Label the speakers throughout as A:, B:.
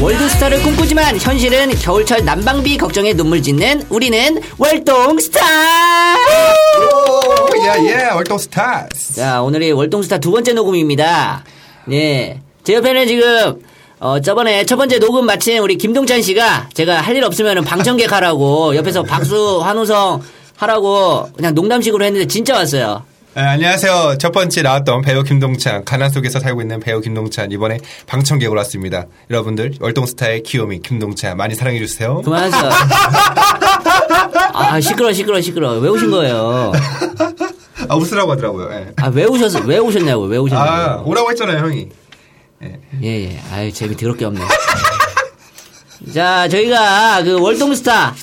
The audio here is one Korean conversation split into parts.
A: 월드스타를 꿈꾸지만 현실은 겨울철 난방비 걱정에 눈물 짓는 우리는 월동스타!
B: Oh, 예예 월동 스타스.
A: 자, 오늘이 월동스타 두 번째 녹음입니다. 예. 제 옆에는 지금, 어, 저번에 첫 번째 녹음 마친 우리 김동찬 씨가 제가 할 일 없으면 방청객 하라고 옆에서 박수, 한우성 하라고 그냥 농담식으로 했는데 진짜 왔어요.
B: 네, 안녕하세요. 첫 번째 나왔던 배우 김동찬, 가난 속에서 살고 있는 배우 김동찬 이번에 방청객으로 왔습니다. 여러분들 월동스타의 귀요미 김동찬 많이 사랑해 주세요.
A: 그만하세요. 아, 시끄러, 시끄러, 시끄러. 왜 오신 거예요?
B: 아 웃으라고 하더라고요. 예.
A: 아, 왜 오셨어? 왜 오셨냐고, 왜
B: 아
A: 오셨냐고.
B: 오라고 했잖아요 형이.
A: 예, 예. 아유, 재미 드럽게 없네. 자, 저희가 그 월동스타.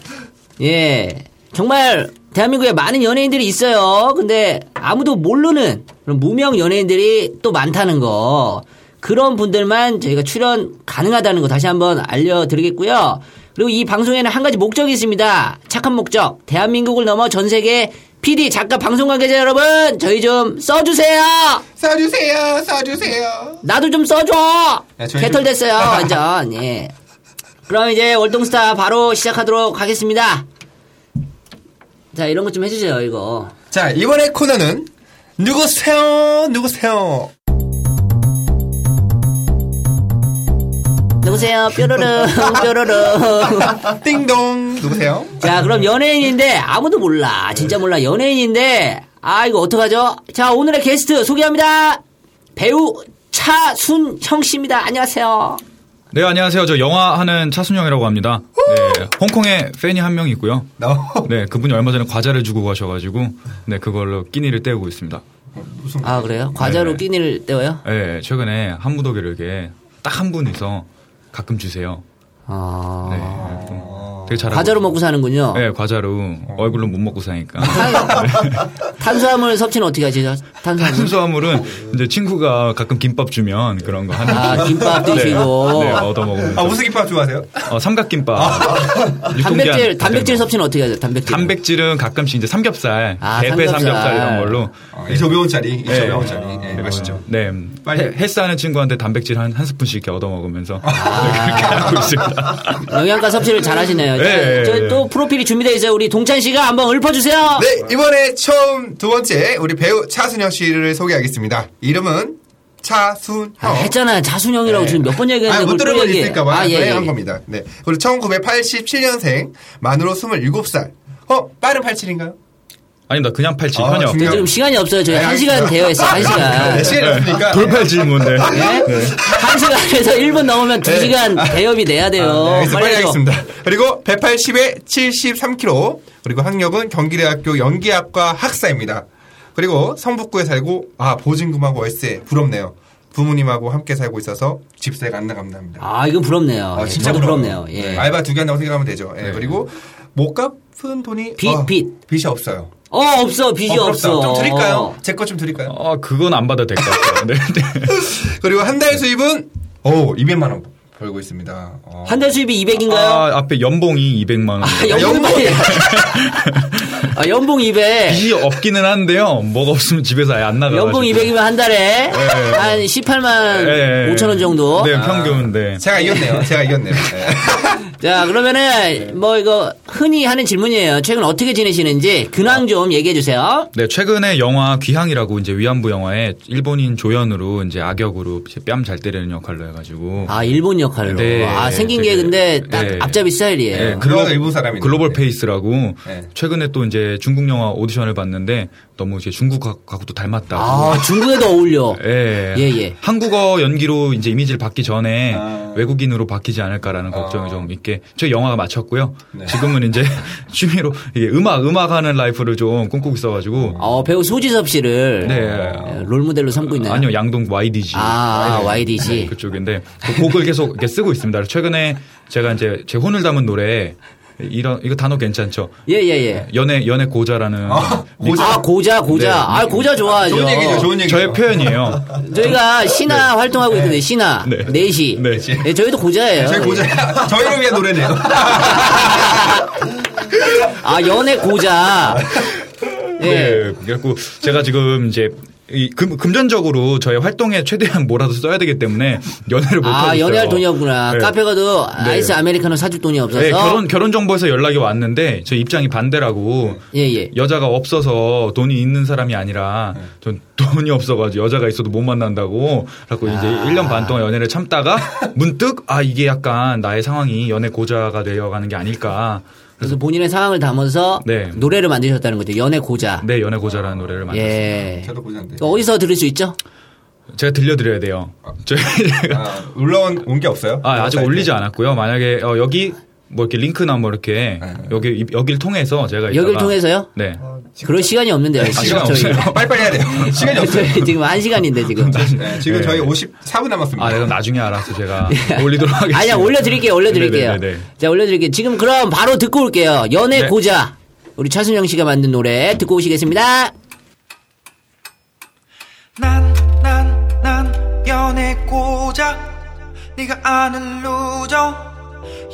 A: 예. 정말 대한민국에 많은 연예인들이 있어요. 근데 아무도 모르는 그런 무명 연예인들이 또 많다는 거. 그런 분들만 저희가 출연 가능하다는 거 다시 한번 알려드리겠고요. 그리고 이 방송에는 한 가지 목적이 있습니다. 착한 목적. 대한민국을 넘어 전 세계 PD, 작가, 방송 관계자 여러분, 저희 좀 써주세요!
B: 써주세요, 써주세요.
A: 나도 좀 써줘.
B: 네, 저희
A: 개털
B: 좀-
A: 됐어요, 완전. 예. 그럼 이제 월동스타 바로 시작하도록 하겠습니다. 자, 이런 것 좀 해주세요, 이거.
B: 자 이번에 코너는 누구세요, 누구세요.
A: 누구세요? 뾰로릉, 뾰로릉.
B: 아, 띵동 누구세요?
A: 자, 그럼 연예인인데 아무도 몰라. 진짜 몰라. 연예인인데 아, 이거 어떡하죠? 자, 오늘의 게스트 소개합니다. 배우 차순형 씨입니다. 안녕하세요.
C: 네 안녕하세요. 저 영화 하는 차순영이라고 합니다. 네, 홍콩에 팬이 한 명 있고요.
B: 너
C: 네 그분이 얼마 전에 과자를 주고 가셔가지고 네 그걸로 끼니를 때우고 있습니다.
B: 무슨
A: 아, 그래요? 과자로
C: 네.
A: 끼니를 때워요?
C: 네 최근에 한 무더기를 이렇게 딱 한 분이서 가끔 주세요.
A: 아.
C: 네 또 되게 잘하고.
A: 과자로 먹고 사는군요.
C: 네 과자로 얼굴로 못 먹고 사니까.
A: 탄수화물 섭취는 어떻게 하시죠? 탄수화물.
C: 탄수화물은 이제 친구가 가끔 김밥 주면 그런 거 하는.
A: 아, 김밥 드시고.
C: 네, 얻어 먹으면서.
B: 아 무슨 김밥 좋아하세요?
C: 어, 삼각김밥. 육동대한
A: 단백질, 단백질
C: 그런 거.
A: 섭취는 어떻게 하죠? 네. 단백질.
C: 단백질은 가끔씩 이제 삼겹살,
A: 아,
C: 대패
A: 삼겹살.
C: 삼겹살 이런 걸로
B: 어, 2,500원짜리, 2,500원짜리. 예,
C: 아, 네,
B: 맛있죠.
C: 네.
B: 빨리.
C: 헬- 헬스하는 친구한테 단백질 한, 한 스푼씩 이렇게 얻어먹으면서
B: 아.
C: 네, 그렇게 하고 있습니다.
A: 영양가 섭취를 잘 하시네요.
C: 예,
A: 저,
C: 예,
A: 저
C: 예.
A: 또 프로필이 준비되어 있어요. 우리 동찬 씨가 한번 읊어주세요.
B: 네, 이번에 처음 두 번째 우리 배우 차순영 씨를 소개하겠습니다. 이름은 차순영.
A: 아, 했잖아요. 자순형이라고 지금 몇 번 얘기했는데.
B: 아,
A: 그걸
B: 못
A: 또
B: 들은 분
A: 얘기해.
B: 있을까봐
A: 아, 예, 예.
B: 한 겁니다. 네. 그리고 1987년생, 만으로 27살. 어, 빠른 87인가요?
C: 아닙니다. 그냥 팔찌,
B: 아,
C: 현역.
B: 중요한-
A: 지금 시간이 없어요. 저희
B: 네,
A: 한 시간
B: 알겠습니다.
A: 되어 있어요. 한 시간.
B: 네, 시간이 없으니까.
C: 돌팔 뭐, 네. 질문데.
A: 예?
B: 네.
A: 한 시간에서 1분 넘으면 두시간 대업이 돼야 돼요.
B: 아, 네, 알겠습니다. 빨리
A: 어, 해줘.
B: 하겠습니다. 그리고 180에 73kg. 그리고 학력은 경기대학교 연기학과 학사입니다. 그리고 성북구에 살고 아 보증금하고 월세 부럽네요. 부모님하고 함께 살고 있어서 집세가 안 나간답니다.
A: 아, 이건 부럽네요. 예, 저도
B: 부러워요.
A: 부럽네요. 예. 네.
B: 네, 알바 두 개 한다고 생각하면 되죠. 예, 그리고 못 갚은 돈이 어,
A: 빚, 빚.
B: 빚이 없어요.
A: 어, 없어. 빚이
B: 어, 부럽다.
A: 없어.
B: 좀 드릴까요? 제 거 좀 드릴까요?
C: 아, 그건 안 받아도 될 것 같아요. 네, 네.
B: 그리고 한 달 수입은 오 200만 원 벌고 있습니다. 어.
A: 한 달 수입이 200인가요?
C: 아, 앞에 연봉이 200만 원.
A: 아, 연봉
B: 연봉.
A: 200. 아, 연봉 200.
C: 빚이 없기는 한데요. 뭐가 없으면 집에서 아예 안 나가요.
A: 연봉 200이면 한 달에 한 18만 5천 원 정도.
C: 네, 평균. 네.
B: 제가 이겼네요. 제가 이겼네요. 예.
A: 자, 그러면은 뭐 이거 흔히 하는 질문이에요. 최근 어떻게 지내시는지 근황 좀 얘기해 주세요.
C: 네, 최근에 영화 귀향이라고 이제 위안부 영화에 일본인 조연으로 이제 악역으로 뺨 잘 때리는 역할로 해가지고
A: 아, 일본 역할로.
C: 네,
A: 아, 생긴 게
C: 되게,
A: 근데 딱
C: 네.
A: 앞잡이 스타일이에요.
C: 네,
B: 그러다가 예. 아, 일본 사람이네요.
C: 글로벌
B: 네.
C: 페이스라고
B: 네.
C: 최근에 또 이제 중국 영화 오디션을 봤는데 너무 이제 중국하고 또 닮았다고.
A: 아, 중국에도 어울려.
C: 예.
A: 예, 예.
C: 한국어 연기로 이제 이미지를 받기 전에
B: 아.
C: 외국인으로 바뀌지 않을까라는 걱정이 좀 있게 저희 영화가 마쳤고요.
B: 네.
C: 지금은 이제 취미로 이게 음악 음악하는 라이프를 좀 꿈꾸고 있어가지고
B: 아,
A: 어, 배우 소지섭 씨를
C: 네.
A: 롤 모델로 삼고 있나요?
C: 아니요 양동 YDG
A: 아,
C: 네,
A: YDG.
C: 그쪽인데 그 곡을 계속 이렇게 쓰고 있습니다. 최근에 제가 이제 제 혼을 담은 노래 이런 이거 단어 괜찮죠?
A: 예, 예, 예.
C: 연애 연애 고자라는
A: 아, 고자, 고자.
C: 네.
A: 아, 고자 좋아하죠.
B: 좋은 얘기죠. 좋은 얘기.
C: 저의 표현이에요.
A: 저희가 신화 활동하고 있거든요. 신화
C: 네.
A: 네. 시
C: 네.
A: 예, 저희도 고자예요.
B: 저희 고자 저희를 위한 노래네요.
C: 아,
A: 아 연애 고자.
C: 네. 그래갖고 제가 지금 이제 이 금, 금전적으로 저의 활동에 최대한 뭐라도 써야 되기 때문에 연애를 못 하고
A: 아,
C: 있어요.
A: 연애할 돈이 없구나.
C: 그러니까. 네.
A: 카페 가도
C: 네.
A: 아이스 아메리카노 사줄 돈이 없어서.
C: 네, 결혼 결혼 정보에서 연락이 왔는데 저 입장이 반대라고
A: 예, 예.
C: 여자가 없어서 돈이 있는 사람이 아니라
A: 네.
C: 전 돈이 없어가지고 여자가 있어도 못 만난다고 그래갖고 이제
A: 아.
C: 1년 반 동안 연애를 참다가 문득 아 이게 약간 나의 상황이 연애 고자가 되어가는 게 아닐까
A: 그래서 본인의 상황을 담아서
C: 음. 네. 음,
A: 노래를 만드셨다는 거죠. 연애 고자.
C: 내 연애 고자라는 노래를 만들었어요.
A: 예.
B: 저도 고장돼.
A: 또 어디서 들을 수 있죠?
C: 제가 들려드려야 돼요. 저희
B: 아, 올라온 온 게 없어요? 네.
C: 아, 아직
B: 웹사이트에?
A: 예.
C: 올리지 않았고요. 만약에 어, 여기 뭐 이렇게 링크나 뭐 이렇게
B: 네.
C: 여기 여기를 통해서 제가
A: 여길
C: 이따가-
A: 통해서요?
C: 네.
A: 그럴 시간이 없는데요. 지금
C: 아, 시간
A: 저희. 네,
C: 없어요.
B: 빨리빨리 해야 돼요. 시간이 없어요.
A: 저희 지금 한 시간인데 지금.
B: 네, 지금
C: 네.
B: 저희 54분 남았습니다.
C: 아, 내가 나중에 알아서 제가 올리도록 하겠습니다.
A: 아니야 올려드릴게요. 올려드릴게요.
C: 네네네네.
A: 자 올려드릴게요. 지금 그럼 바로 듣고 올게요. 연애
C: 네.
A: 고자 우리 차순영 씨가 만든 노래 듣고 오시겠습니다.
D: 난, 난, 난 연애 고자 네가 아는 루저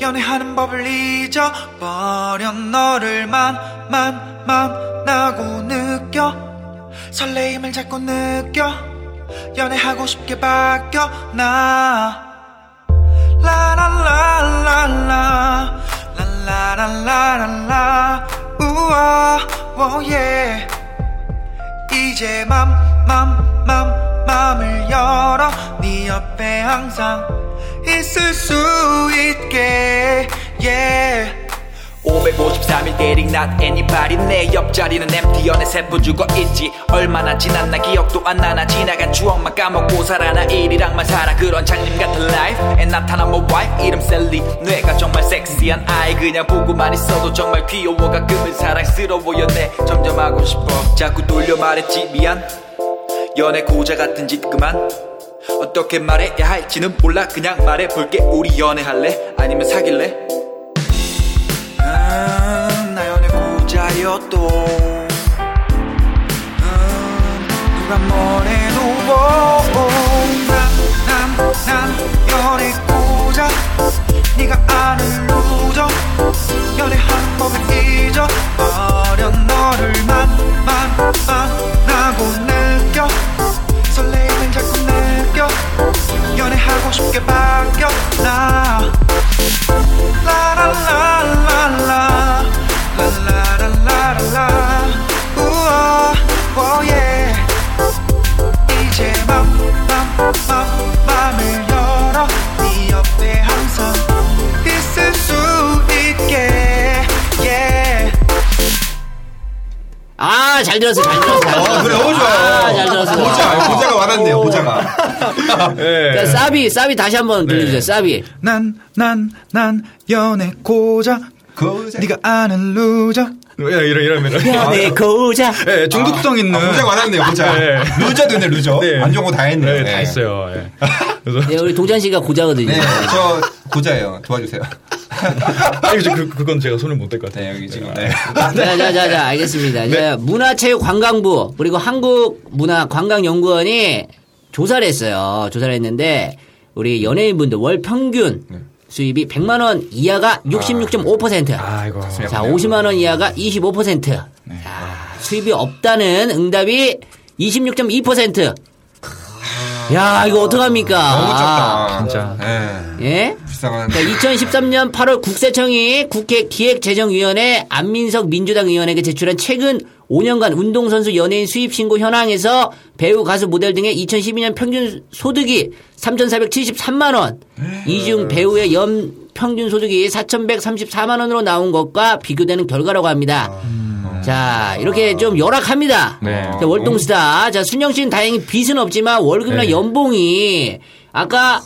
D: 연애하는 법을 잊어버려 너를 만, 만, 만나고 느껴 설레임을 자꾸 느껴 연애하고 싶게 바뀌어 나 라라라라라 라라라라라 우와 오예 이제 맘, 맘, 맘, 맘을 열어 네 옆에 항상 있을 수 있게 yeah.
E: 553일 dating not anybody 내 옆자리는 empty 연애 세포 죽어 있지 얼마나 지났나 기억도 안 나나 지나간 추억만 까먹고 살아나 일이랑만 살아 그런 장님 같은 life and 나타난 뭐 wife 이름 셀리 뇌가 정말 섹시한 아이 그냥 보고만 있어도 정말 귀여워 가끔은 사랑스러워 연애 점점 하고 싶어 자꾸 돌려 말했지 미안 연애 고자 같은 짓 그만 어떻게 말해야 할지는 몰라 그냥 말해볼게 우리 연애할래 아니면 사귈래
D: 음, 나 연애 고자여도 음, 누가 뭐래도 난난 난 연애 고자 네가 아는 루저 연애하는 법을 잊어버려 너를 만만 만나고 느껴 설레임을 자꾸 느껴 연애하고 싶게 바뀌어 나 라라라라라 라라라라라 우와 오예 이제 맘맘맘 맘을 열어 네 옆에 항상 있을 수 있게 예. yeah.
A: 아 잘 들었어, 잘 들었어. 잘 들었어.
B: 어, 그래, 너무 좋아요.
A: 아, 잘 들었어.
B: 보자, 네. 보자가 와닿네요, 보자가.
C: 네.
A: 자, 사비, 사비 다시 한번
B: 네.
A: 들려주세요. 사비.
B: 아,
D: 난, 난, 난 연애 고자
B: 그,
D: 네가 아는 루저
C: 예, 이러
B: 네.
C: 이러면
A: 연애 고자.
C: 예, 중독성 있는
B: 아, 보자가 와닿네요, 보자.
C: 네.
B: 루저 되네, 루저.
C: 네.
B: 안 좋은 거 다 했네.
C: 네, 다 있어요. 예. 그래서
A: 네, 우리 동찬 씨가 고자거든요.
B: 네, 저 고자예요. 도와주세요.
C: 아니, 그, 그건 제가 손을 못 댈 것 같아요.
B: 네, 여기 지금. 네.
A: 자, 자, 자, 자, 알겠습니다. 자, 문화체육관광부 그리고 한국문화관광연구원이 조사를 했어요. 조사를 했는데 우리 연예인분들 월 평균
B: 네.
A: 수입이 100만 원 이하가 66.5%.
C: 아이고.
A: 자, 50만 원 이하가 25%.
B: 네.
A: 자, 수입이 없다는 응답이 26.2%. 야, 이거 어떡합니까?
B: 아, 너무 좁다.
C: 진짜.
B: 네.
A: 예?
B: 불쌍한.
A: 자, 2013년 8월 국세청이 국회 기획재정위원회 안민석 민주당 의원에게 제출한 최근 5년간 운동선수 연예인 수입신고 현황에서 배우, 가수, 모델 등의 2012년 평균 소득이 3,473만원, 이 중 배우의 연 평균 소득이 4,134만원으로 나온 것과 비교되는 결과라고 합니다. 자, 이렇게 좀 열악합니다.
C: 네.
A: 자, 월동스타. 자, 순영 씨는 다행히 빚은 없지만 월급이나
C: 네.
A: 연봉이 아까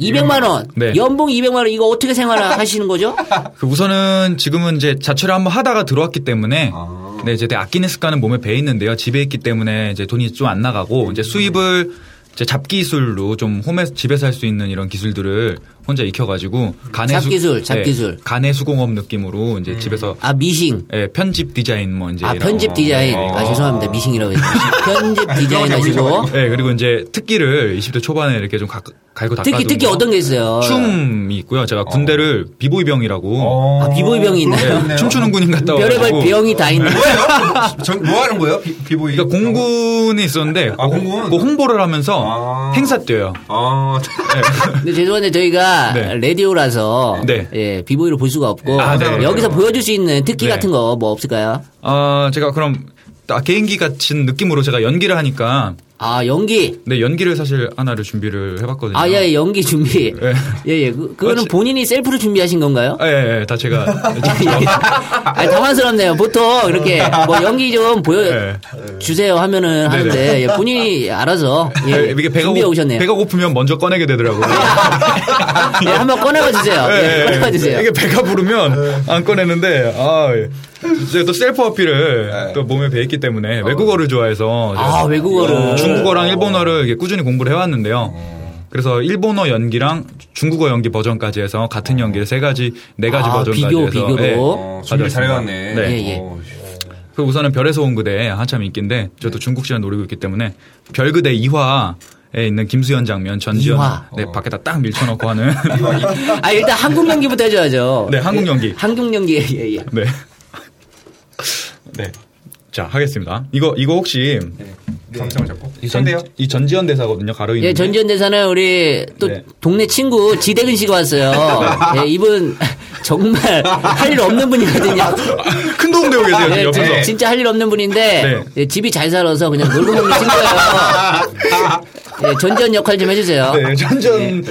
A: 200만 원.
C: 네.
A: 연봉 200만 원 이거 어떻게 생활하시는 거죠?
C: 그 우선은 지금은 이제 자취를 한번 하다가 들어왔기 때문에 네, 이제 내 아끼는 습관은 몸에 배 있는데요. 집에 있기 때문에 이제 돈이 좀 안 나가고 이제 수입을 이제 잡기술로 좀 홈에 서 집에서 할 수 있는 이런 기술들을 혼자 익혀가지고 간의
A: 잡기술, 잡기술.
C: 네, 간의 수공업 느낌으로 이제 집에서
A: 아 미싱.
C: 예, 편집 디자인 뭐 이제
A: 아
C: 이런
A: 편집
C: 거.
A: 디자인.
C: 어.
A: 아 죄송합니다. 미싱이라고 했어요. 편집 디자인 가지고.
C: 예, 그리고 이제 특기를 20대 초반에 이렇게 좀 가, 갈고 닦아.
A: 특히 특히 어떤 게 있어요?
C: 춤이 있고요. 제가 군대를 비보이 병이라고
B: 어.
A: 아, 비보이 병이 있나요?
B: 네,
C: 예, 춤추는 군인 갔다 와가지고
A: 별의별 병이 다 있는.
B: 전뭐 하는 거예요? 비- 비보이.
C: 그러니까 공군에 있었는데
B: 아, 공군?
C: 그 홍보를 하면서
B: 아.
C: 행사 뛰어요.
B: 아,
A: 근데 죄송한데 저희가
C: 네.
A: 라디오라서
C: 네.
A: 예, 비보이로 볼 수가 없고
C: 아, 네.
A: 여기서 보여줄 수 있는 특기
C: 네.
A: 같은 거 뭐 없을까요?
C: 아, 제가 그럼 아, 개인기 같은 느낌으로 제가 연기를 하니까
A: 아 연기.
C: 네 연기를 사실 하나를 준비를 해봤거든요.
A: 아, 예, 연기 준비.
C: 예.
A: 예, 예. 그, 그거는
C: 어, 지-
A: 본인이 셀프로 준비하신 건가요?
C: 아, 예, 예, 다 제가
A: 아, 당황스럽네요. 보통 이렇게 뭐 연기 좀 보여
C: 예.
A: 주세요 하면은 하는데 예, 본인이 알아서 예,
C: 예, 네, 이게 배가,
A: 준비해
C: 고,
A: 오셨네요.
C: 배가 고프면 먼저 꺼내게 되더라고요.
A: 예, 한번 꺼내봐 주세요.
C: 아,
A: 예, 꺼내봐 주세요.
C: 네, 이게 배가 부르면 안 꺼내는데, 아, 예. 제가 또 셀프 어필을 또 몸에 배 있기 때문에 외국어를 좋아해서
A: 아
C: 제가
A: 외국어를
C: 중국어랑 일본어를 이렇게 꾸준히 공부를 해왔는데요. 그래서 일본어 연기랑 중국어 연기 버전까지 해서 같은 연기를 세 가지, 네 가지
A: 아,
C: 버전까지
A: 비교,
C: 해서
A: 비교로.
B: 어, 준비 잘해왔네.
C: 네.
A: 예, 예.
B: 어,
C: 그 우선은 별에서 온 그대 한참 인기인데 저도 중국 시장 노리고 있기 때문에 별 그대 2화에 있는 김수현 장면 전지현
A: 이화.
C: 네 밖에다 딱 밀쳐넣고 하는
A: 아 일단 한국 연기부터 해줘야죠.
C: 네 한국 연기
A: 한국 연기 예, 예.
C: 네. 네. 자 하겠습니다. 이거 이거 혹시
B: 네. 감정을 잡고.
C: 이, 전,
B: 근데요?
C: 이 전지현 대사거든요. 가로 있는.
A: 예, 전지현 대사는 우리 또
C: 네.
A: 동네 친구 지대근 씨가 왔어요. 예, 이분 정말 할 일 없는 분이거든요.
C: 큰 도움 되고 계세요 지금
A: 예,
C: 옆에서.
A: 진- 진짜 할 일 없는 분인데
C: 네.
A: 예, 집이 잘 살아서 그냥 놀고 먹는 친구예요. 예, 전지현 역할 좀 해주세요.
C: 네, 전지현.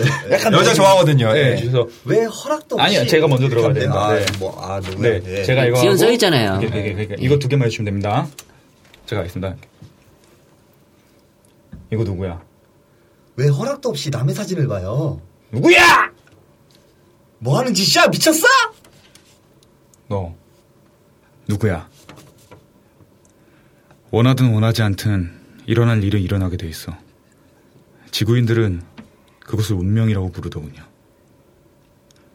B: 여자 좋아하거든요.
C: 네.
B: 예.
C: 그래서
F: 왜 허락도 없이
C: 아니요, 제가 먼저 들어가야
F: 이렇게
C: 됩니다.
F: 하면
C: 네.
F: 돼요? 아, 뭐, 아, 누구야?
C: 네,
F: 네.
C: 제가 이거
A: 지원
C: 하고
A: 써 있잖아요.
C: 이게, 이게, 이게, 이거 두 개만 해주시면 됩니다. 제가 하겠습니다. 이거 누구야?
F: 왜 허락도 없이 남의 사진을 봐요?
C: 누구야?
F: 뭐 하는 짓이야? 미쳤어?
C: 너 누구야? 원하든 원하지 않든 일어날 일은 일어나게 돼 있어. 지구인들은 그것을 운명이라고 부르더군요.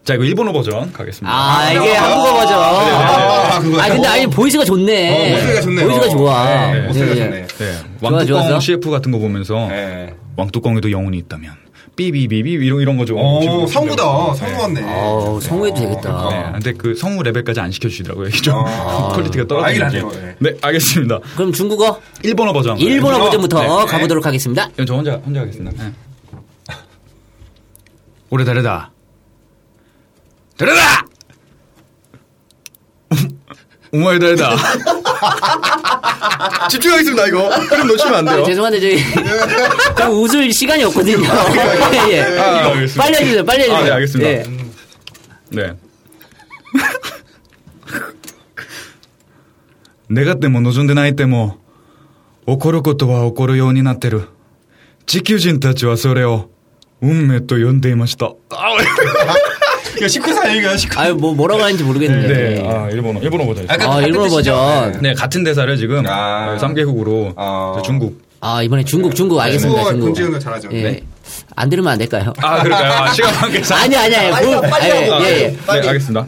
C: 자, 이거 일본어 버전 가겠습니다.
A: 아, 이게 한국어 버전.
C: 네,
B: 아, 그거요?
A: 아, 근데 아니 보이스가 좋네.
B: 어, 목소리가 좋네요.
A: 보이스가 좋아.
B: 네, 목소리가
A: 예, 예.
B: 좋네.
C: 네,
A: 좋아,
C: 왕뚜껑
A: 좋아서?
C: CF 같은 거 보면서
B: 예.
C: 왕뚜껑에도 영혼이 있다면 삐비비비 이런 이런 거죠.
B: 오, 어, 성우다. 성우였네.
A: 어, 성우해도 되겠다.
C: 네, 근데 그 성우 레벨까지 안 시켜주시더라고요. 이게 좀
B: 아.
C: 퀄리티가 떨어지는지.
B: 알긴 하네요, 예.
C: 네, 알겠습니다.
A: 그럼 중국어
C: 일본어 버전.
A: 일본어
B: 일본어.
A: 버전부터
B: 네.
A: 가보도록 하겠습니다.
C: でもちょ、ほんじゃ、ほんじゃですね。 俺誰だ誰 だお前誰だ
G: 집중하겠습니다 이거. 흐름 놓치면 안
A: 아,
C: 네.
A: 죄송한데 저희 저 웃을 시간이 없거든요. 예, 예.
C: 아, 알겠습니다.
A: 빨리 해주세요. 빨리 해주세요.
C: 아, 네, 알겠습니다.
A: 예.
C: 네.願っても望んでないても、起こることは起こるようになってる。地球人たちはそれを、運命と呼んでいました。
B: 이거 19살 아니에요? 19살.
A: 아유 뭐 뭐라고 하는지 모르겠는데. 예.
C: 아, 일본어, 일본어 보자.
A: 아 일본어 버전.
C: 네, 같은 대사를 지금
B: 아.
C: 3개국으로
B: 아.
C: 중국.
A: 아 이번에 중국 중국 알겠습니다.
B: 중국어가
A: 중국.
B: 김지훈은 잘하죠.
A: 예.
B: 네.
A: 안 들으면 안 될까요?
C: 아, 그럴까요? 아, 시간 관계상.
A: 아니 아니 아니. 뭐,
F: 빨리
A: 예,
F: 하고.
A: 예, 예.
C: 네, 알겠습니다.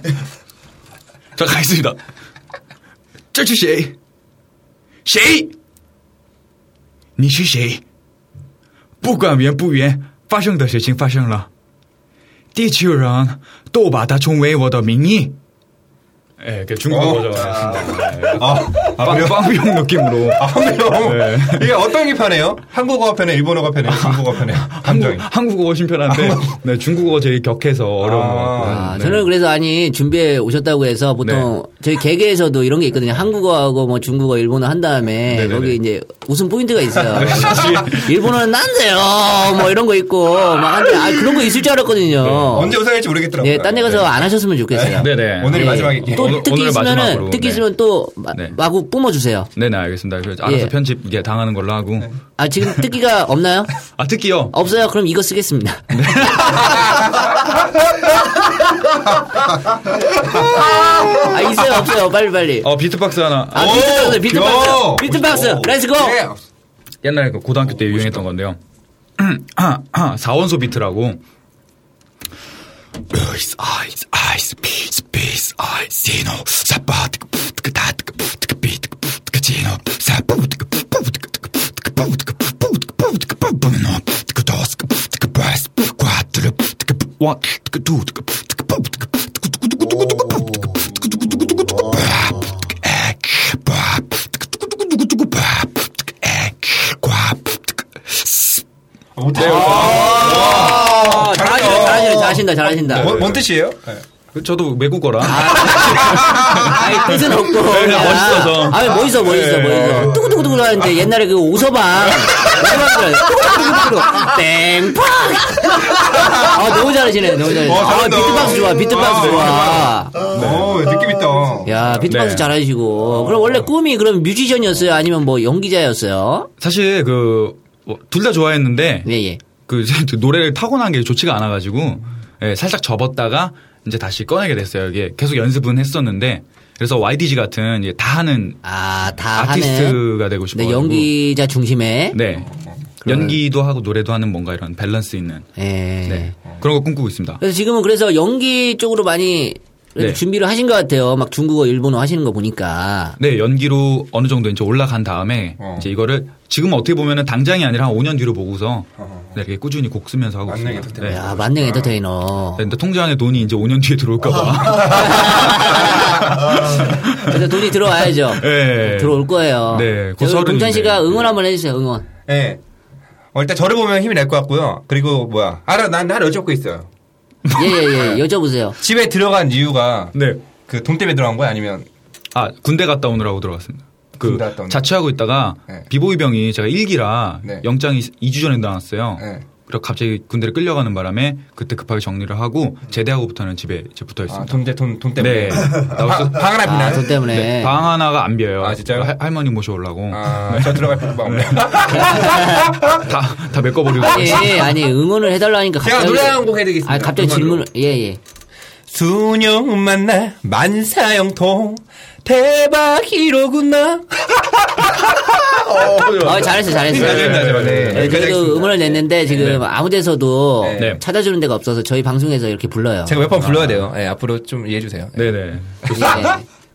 C: 자, 가겠습니다. 쩔쭈 쉐이. 쉐이! 你是谁?不管缘不缘，发生的事情发生了。地球人都把它称为我的名义。 예, 그 중국어
B: 어.
C: 버전이었습니다.
B: 아, 아, 그래요?
C: 빵뿅 느낌으로.
B: 아, 그래요?
C: 네.
B: 이게 어떤 게 편해요? 한국어가 편해, 일본어가 편해, 중국어가 아. 편해. 감정이.
C: 한국, 어가 훨씬 편한데 네, 중국어가 제일 격해서 어려운
B: 아.
C: 것 같고요.
A: 아,
C: 네.
A: 저는 그래서 아니 준비해 오셨다고 해서 보통 저희 개개에서도 이런 게 있거든요. 한국어하고 뭐 중국어, 일본어 한 다음에
C: 네네네.
A: 거기 이제 웃음 포인트가 있어요. 일본어는 난데요. 뭐 이런 거 있고 막 한데 아, 그런 거 있을 줄 알았거든요.
B: 언제 우승할지 모르겠더라고요. 네.
A: 예, 딴 데 가서 안 하셨으면 좋겠어요.
C: 네네.
B: 오늘이
A: 예.
B: 마지막이
A: 또
C: 오늘-
A: 특기
C: 오늘 마지막으로,
A: 있으면은 특기
C: 네.
A: 있으면 또 마,
C: 네.
A: 마구 뿜어주세요.
C: 네네 알겠습니다. 그래서 알아서
A: 예.
C: 편집 이게 당하는 걸로 하고.
B: 네.
A: 아 지금 특기가 없나요?
C: 아 특히요.
A: 없어요. 그럼 이거 쓰겠습니다. 아 있어요 없어요 빨리 빨리.
C: 어 비트박스 하나.
A: 아,
C: 어,
A: 비트박스, 비트박스,
B: 요!
A: 비트박스, 렛츠고!
B: 예.
C: 옛날에 그 아, 고등학교 때 유행했던 건데요. 사원소 비트라고.
G: Peace, eyes, eyes, peace, peace, eyes, Zeno. Sabatik, putka, tatka, putka, pitka, putka, Zeno. Sabutka, putka, putka, putka, putka, putka, putka, putka, doska, putka, bas, quattro, putka, one, putka, two, putka, putka, putka, putka, putka, putka, putka,
A: 아, 잘하신다, 잘하신다, 잘하신다, 잘하신다.
B: 뭔, 뭔 뜻이에요? 네.
C: 저도 외국어라.
A: 아이, 뜻은 없고. 그냥.
C: 멋있어서.
A: 아, 멋있어, 멋있어, 멋있어. 뚜구뚜구뚜구 하는데 옛날에 그 오서방. 오서방 뚜구뚜구뚜구. 땡팡! 아, 너무 잘하시네, 너무 잘하시네.
B: 어,
A: 아,
B: 잘한다.
A: 비트박스 좋아, 비트박스
B: 아,
A: 좋아.
B: 오, 느낌 있다.
A: 야, 비트박스
C: 네.
A: 잘하시고. 그럼 원래 꿈이 그럼 뮤지션이었어요? 아니면 뭐 연기자였어요?
C: 사실 그 둘 다 좋아했는데
A: 예, 예.
C: 그 이제 그 노래를 타고난 게 좋지가 않아가지고 예, 살짝 접었다가 이제 다시 꺼내게 됐어요. 이게 계속 연습은 했었는데 그래서 YDG 같은 이제 다 하는
A: 아, 다 하는.
C: 아티스트가 되고 싶어.
A: 네, 연기자 중심에.
C: 네. 연기도 하고 노래도 하는 뭔가 이런 밸런스 있는
A: 예.
C: 네. 그런 거 꿈꾸고 있습니다.
A: 그래서 지금은 그래서 연기 쪽으로 많이 그래도
C: 네.
A: 준비를 하신 것 같아요. 막 중국어, 일본어 하시는 거 보니까.
C: 네, 연기로 어느 정도 이제 올라간 다음에
B: 어.
C: 이제 이거를 지금 어떻게 보면은 당장이 아니라 한 5년 뒤로 보고서 네, 이렇게 꾸준히 곡 쓰면서 하고
B: 만능이
C: 있습니다.
B: 됐다.
C: 네.
A: 야, 만능 엔터테이너.
C: 네, 근데 통장에 돈이 이제 5년 뒤에 들어올까봐.
A: 그래서 돈이 들어와야죠.
C: 네.
A: 들어올 거예요.
C: 네, 곧
A: 저희
C: 서른인데.
A: 금찬 씨가 응원 한번 해주세요, 응원.
B: 예. 어, 일단 저를 보면 힘이 날 것 같고요. 그리고 뭐야. 알아, 난, 난 여쭤보고 있어요.
A: 예, 예, 예. 여쭤보세요.
B: 집에 들어간 이유가
C: 네.
B: 그 돈 때문에 들어간 거야? 아니면
C: 아, 군대 갔다 오느라고 들어갔습니다. 그
B: 군대 갔다 오느라.
C: 자취하고 있다가
B: 네.
C: 비보이 병이 제가 일기라
B: 네.
C: 영장이 2주 전에 나왔어요.
B: 네.
C: 그래서 갑자기 군대를 끌려가는 바람에 그때 급하게 정리를 하고 제대하고부터는 집에 이제
B: 음.
C: 붙어
B: 아,
C: 있습니다.
B: 돈, 때- 돈, 돈 때문에.
C: 네. 나왔어.
B: 방 하나
A: 아, 돈
B: 비난.
A: 때문에.
C: 네, 방 하나가 안 비어요.
B: 아, 진짜요?
C: 할- 할머니 모셔오려고.
B: 아, 저 들어갈 필요가 없네요.
C: 다, 다 메꿔버리고.
B: 예.
A: 아니, 아니, 응원을 해달라니까
B: 제가
A: 갑자기.
B: 노래 한 곡 해드리겠습니다.
A: 아, 갑자기
B: 음악으로.
A: 질문을. 예, 예.
B: 수녀 만나 만사형통 대박이로구나.
A: 어, 잘했어, 잘했어.
B: 네, 네, 네, 네.
A: 네,
B: 여기까지
A: 저희도
B: 하겠습니다. 네,
A: 음원을 냈는데 지금 아무 데서도
C: 네.
A: 찾아주는 데가 없어서 저희 방송에서 이렇게 불러요.
B: 제가 몇 번 불러야 돼요. 예, 앞으로 좀 이해해 주세요.
C: 네네.
A: 예.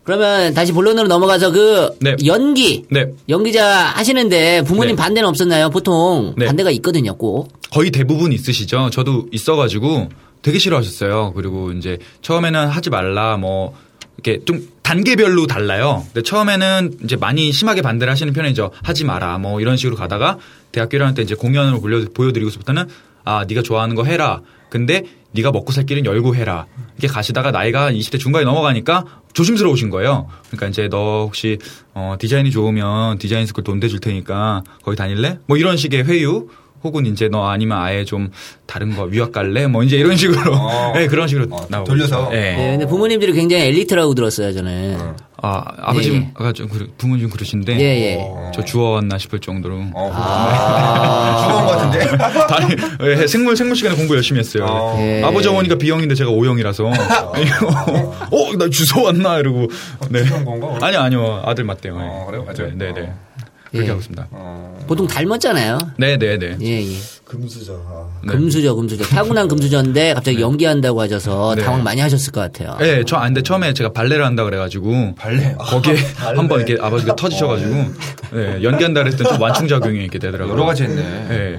A: 그러면 다시 본론으로 넘어가서 그
C: 네.
A: 연기
C: 네.
A: 연기자 하시는데 부모님
C: 네.
A: 반대는 없었나요? 보통
C: 네.
A: 반대가 있거든요, 꼭.
C: 거의 대부분 있으시죠. 저도 있어가지고 되게 싫어하셨어요. 그리고 이제 처음에는 하지 말라 뭐 이렇게 좀 단계별로 달라요. 근데 처음에는 이제 많이 심하게 반대를 하시는 편이죠. 하지 마라 뭐 이런 식으로 가다가 대학교 1학년 때 이제 공연을 보여- 보여드리고서부터는 아 네가 좋아하는 거 해라. 근데 네가 먹고 살 길은 열고 해라. 이렇게 가시다가 나이가 20대 중반에 넘어가니까 조심스러우신 거예요. 그러니까 이제 너 혹시 어, 디자인이 좋으면 디자인 스쿨 돈 대줄 테니까 거기 다닐래? 뭐 이런 식의 회유 혹은 이제 너 아니면 아예 좀 다른 거 유학 갈래? 뭐 이제 이런 식으로
B: 어.
C: 네, 그런 식으로
B: 어,
C: 나오고
B: 돌려서.
C: 있죠. 네.
A: 예, 근데 부모님들이 굉장히 엘리트라고 들었어요, 저는.
C: 아 아버지
A: 예, 예.
C: 아까 좀 그러- 부모님 그러신데
A: 예, 예.
C: 저 주워왔나 싶을 정도로
B: 어, 죽어온 것 같은데.
C: 다니 예, 생물 생물 시간에 공부 열심히 했어요.
B: 어.
A: 예.
C: 아버지 어머니가 B형인데 제가 O형이라서 어나 주소 왔나 이러고 네.
B: 어, 주워온 건가?
C: 아니요 아니요 아들 맞대요.
B: 어, 그래요? 맞아요?
C: 네네 네,
B: 어.
C: 그렇게
A: 예.
C: 하고 있습니다.
A: 보통 닮았잖아요.
C: 네네네. 네, 네.
A: 예, 예.
F: 금수저. 아.
C: 네.
A: 금수저, 금수저. 타고난 금수저인데 갑자기 연기한다고 하셔서
C: 네.
A: 당황 많이 하셨을 것 같아요.
C: 예, 저 안돼 처음에 제가 발레를 한다 그래가지고
B: 발레.
C: 거기에 한번 이렇게
B: 어.
C: 아버지가 터지셔가지고 예, 연기한다 그랬더니 좀 완충 작용이 이렇게 되더라고요.
B: 여러 가지 했네.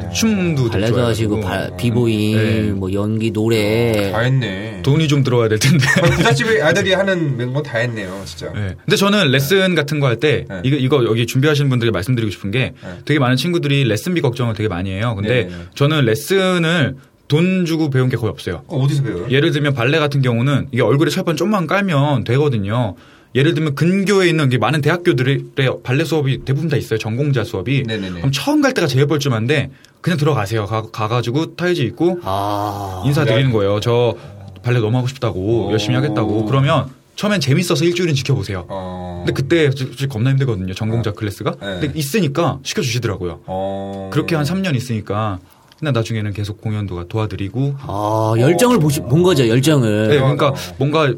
C: 예, 춤도 어. 좀
A: 발레도 하시고
C: 좋아해가지고.
A: 바- 비보이,
C: 네. 아,
A: 뭐 연기, 노래.
B: 다 했네.
C: 돈이 좀 들어와야 될 텐데.
B: 거의 부잣집의 아들이 하는 건 다 했네요, 진짜.
C: 예. 근데 저는 레슨 같은 거 할 때
B: 네.
C: 이거 이거 여기 준비하시는 분들에게 말씀드리고 싶은 게 되게 많은 친구들이 레슨비 걱정을 되게 많이 해요. 근데
B: 네네네.
C: 저는 레슨을 돈 주고 배운 게 거의 없어요.
B: 그거 어디서 배워요?
C: 예를 들면 발레 같은 경우는 이게 얼굴에 철판 좀만 깔면 되거든요. 예를 들면 근교에 있는 이게 많은 대학교들의 발레 수업이 대부분 다 있어요. 전공자 수업이.
B: 네네네.
C: 그럼 처음 갈 때가 제일 벌쯤한데 그냥 들어가세요. 가, 가지고 타이즈 입고
A: 아.
C: 인사드리는 거예요. 저 발레 너무 하고 싶다고
B: 네. 오.
C: 열심히 하겠다고. 그러면 처음엔 재밌어서 일주일은 지켜보세요.
B: 어.
C: 근데 그때 솔직히 겁나 힘들거든요. 전공자 클래스가.
B: 네.
C: 근데 있으니까 시켜주시더라고요.
B: 어.
C: 그렇게 한 3년 있으니까 근데 나중에는 계속 공연도가 도와드리고
A: 아, 열정을 보시, 본 거죠, 열정을.
C: 네, 그러니까 뭔가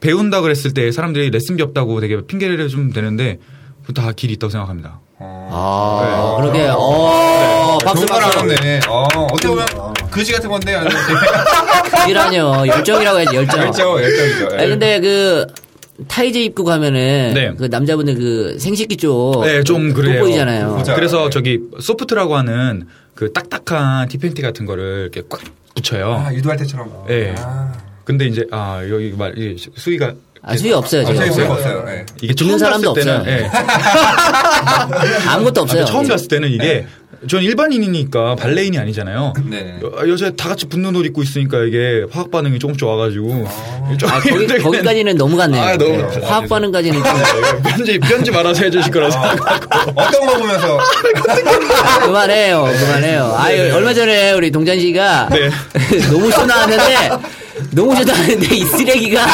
C: 배운다 그랬을 때 사람들이 레슨비 없다고 되게 핑계를 좀 되는데 다 길이 있다고 생각합니다.
B: 어.
A: 아,
C: 네.
A: 그렇게, 어, 박수,
B: 좋은 걸
A: 박수. 음.
B: 알았네. 어, 어떻게 보면 그지 같은 건데. 아니면
A: 이라뇨 열정이라고 해야지 열정.
B: 열정, 열정이죠.
A: 그렇죠.
B: 그렇죠. 예.
A: 아니, 근데 그 타이즈 입고 가면은
C: 네.
A: 그 남자분들 그 생식기 쪽
C: 네, 좀 그래요.
A: 돋보이잖아요.
B: 보자.
C: 그래서
A: 네.
C: 저기 소프트라고 하는 그 딱딱한 티팬티 같은 거를 이렇게 꽉 붙여요.
B: 아, 유도할 때처럼.
A: 예,
C: 네.
B: 아.
C: 근데 이제 아 여기 말 이 수위가
A: 아, 수위 없어요,
B: 아,
A: 지금.
B: 저희
C: 없어요?
B: 없어요. 없어요. 네.
C: 이게
A: 듣는
C: 처음
A: 사람도
C: 갔을 때는
A: 없어요.
C: 예.
A: 아무것도 없어요. 네.
C: 아, 처음 갔을 때는 이게 전 일반인이니까 발레인이 아니잖아요.
A: 예.
B: 네.
C: 여, 여자 다 같이 붙는 옷 입고 있으니까 이게 화학 반응이 조금씩 와가지고 좀
A: 아, 거기,
C: 힘들긴
A: 거기까지는 너무 갔네요.
C: 아, 너무
A: 네.
C: 갔어요.
A: 화학 반응까지는 좀
C: 했는데 편집 편집 알아서 해주실 거라 생각하고
B: 어떤 거 보면서
A: 아, 그만해요, 그만해요. 아, 얼마 전에 우리 동찬 씨가
C: 네.
A: 노무쇼 나왔는데 노무쇼 나왔는데 이 쓰레기가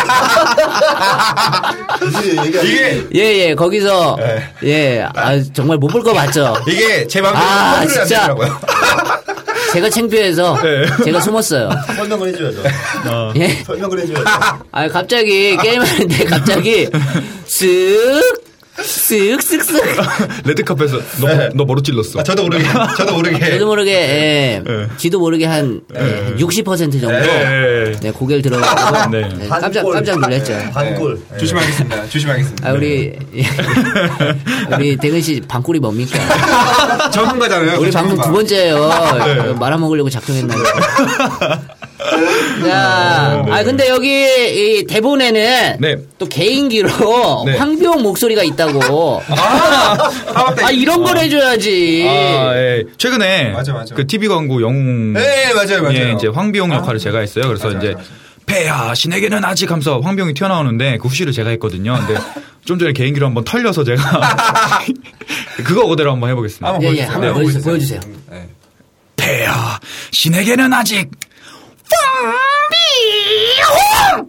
B: 이게
A: 예, 예, 거기서
C: 네.
A: 예, 아, 정말 못 볼 거 맞죠?
B: 이게 제 방금
A: 아,
B: 컨트롤이 안
A: 진짜.
B: 되더라고요.
A: 제가 창피해서
C: 네.
A: 제가 숨었어요.
F: 설명을 해줘야죠.
A: 예.
F: 설명을 해줘야죠.
A: 아, 갑자기 게임하는데 갑자기 쓱, 쓱, 쓱, 쓱.
C: 아, 레드카펫에서 너, 너 머리 찔렀어.
B: 아, 저도 모르게, 저도 모르게.
A: 저도 모르게, 예,
C: 네.
A: 지도 모르게 한, 예, 한60% 정도.
C: 예.
A: 네, 고개를 들어가지고
C: 네.
A: 네, 깜짝 깜짝 놀랐죠.
F: 반골.
B: 네. 조심하겠습니다. 조심하겠습니다.
A: 아 우리
C: 네.
A: 우리 대근 씨 방꿀이 뭡니까?
B: 전문가잖아요.
A: 우리
B: 그
A: 방금
B: 전문가.
A: 두 번째예요.
C: 네.
A: 어, 말아먹으려고 작정했나요? 자, 아 근데 여기 이 대본에는
C: 네.
A: 또 개인기로
C: 네.
A: 황병 목소리가 있다고.
B: 아, 맞다.
A: 아 이런 걸 해줘야지.
C: 아, 예. 최근에
B: 맞아, 맞아.
C: 그 TV 광고 영웅
B: 네, 맞아요, 맞아요.
C: 예, 이제 황비용 역할을 제가 했어요. 그래서
B: 맞아,
C: 이제
B: 맞아, 맞아.
C: 폐하 신에게는 아직 하면서 황병이 튀어나오는데 그 후시를 제가 했거든요. 근데 좀 전에 개인기로 한번 털려서 제가 그거 그대로 한번 네. 해보겠습니다.
B: 한번
A: 예, 예,
B: 보여주세요.
A: 한번 보여주세요. 보여주세요.
B: 네.
G: 폐하 신에게는 아직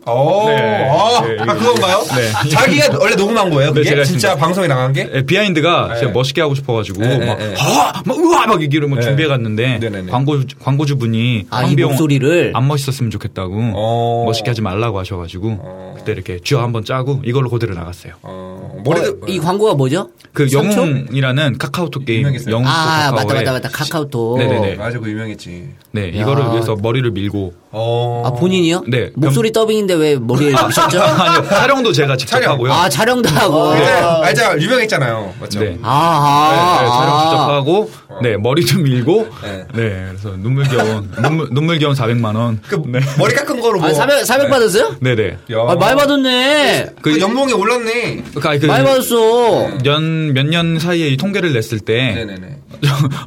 B: 오,
C: 네.
B: 아,
C: 네,
B: 아, 그건가요?
C: 네.
B: 자기가 원래 녹음한 거예요?
C: 네,
B: 그게?
C: 제가
B: 진짜
C: 했습니다.
B: 방송에 나간 게?
C: 예, 비하인드가
B: 네.
C: 제가 멋있게 하고 싶어가지고
B: 네,
C: 막,
B: 네, 네.
C: 아, 막 우와 막 얘기를 뭐
B: 네.
C: 준비해갔는데
B: 네, 네, 네.
C: 광고 광고주분이
A: 아, 이
C: 황비용
A: 목소리를?
C: 안 멋있었으면 좋겠다고
B: 어. 음.
C: 멋있게 하지 말라고 하셔가지고 그때 이렇게 쥐어 한번 짜고 이걸로 그대로 나갔어요.
B: 어,
A: 어,
B: 머리도.
A: 이 광고가 뭐죠?
C: 그
A: 삼촌?
C: 영웅이라는 카카오톡 게임
B: 유명했어요.
C: 영웅
A: 아
C: 카카오에
A: 맞다 맞다 맞다 카카오톡.
C: 네네네.
B: 맞아, 그 유명했지.
C: 네
A: 야.
C: 이거를 위해서 머리를 밀고
B: 어.
A: 아 본인이요?
C: 네.
A: 목소리 더빙인데 왜 머리를 미셨죠?
C: 아니요 촬영도 제가 직접
B: 촬영.
C: 하고요.
A: 아 촬영도 하고. 네.
B: 아, 알자, 유명했잖아요. 맞죠?
C: 네.
A: 아, 아,
C: 네, 네, 촬영 직접
A: 아.
C: 하고 네 머리도 밀고
B: 어. 네.
C: 네, 그래서 눈물겨운 눈물 눈물겨운 400만 원.
B: 그,
C: 네.
B: 머리 깎은 거로 뭐.
A: 아, 400, 400 받았어요?
C: 네네.
B: 야.
A: 아, 많이 받았네.
B: 그 연봉이 올랐네.
C: 그러니까
A: 많이 받았어.
C: 그연몇 년 사이에 이 통계를 냈을 때
B: 네네네.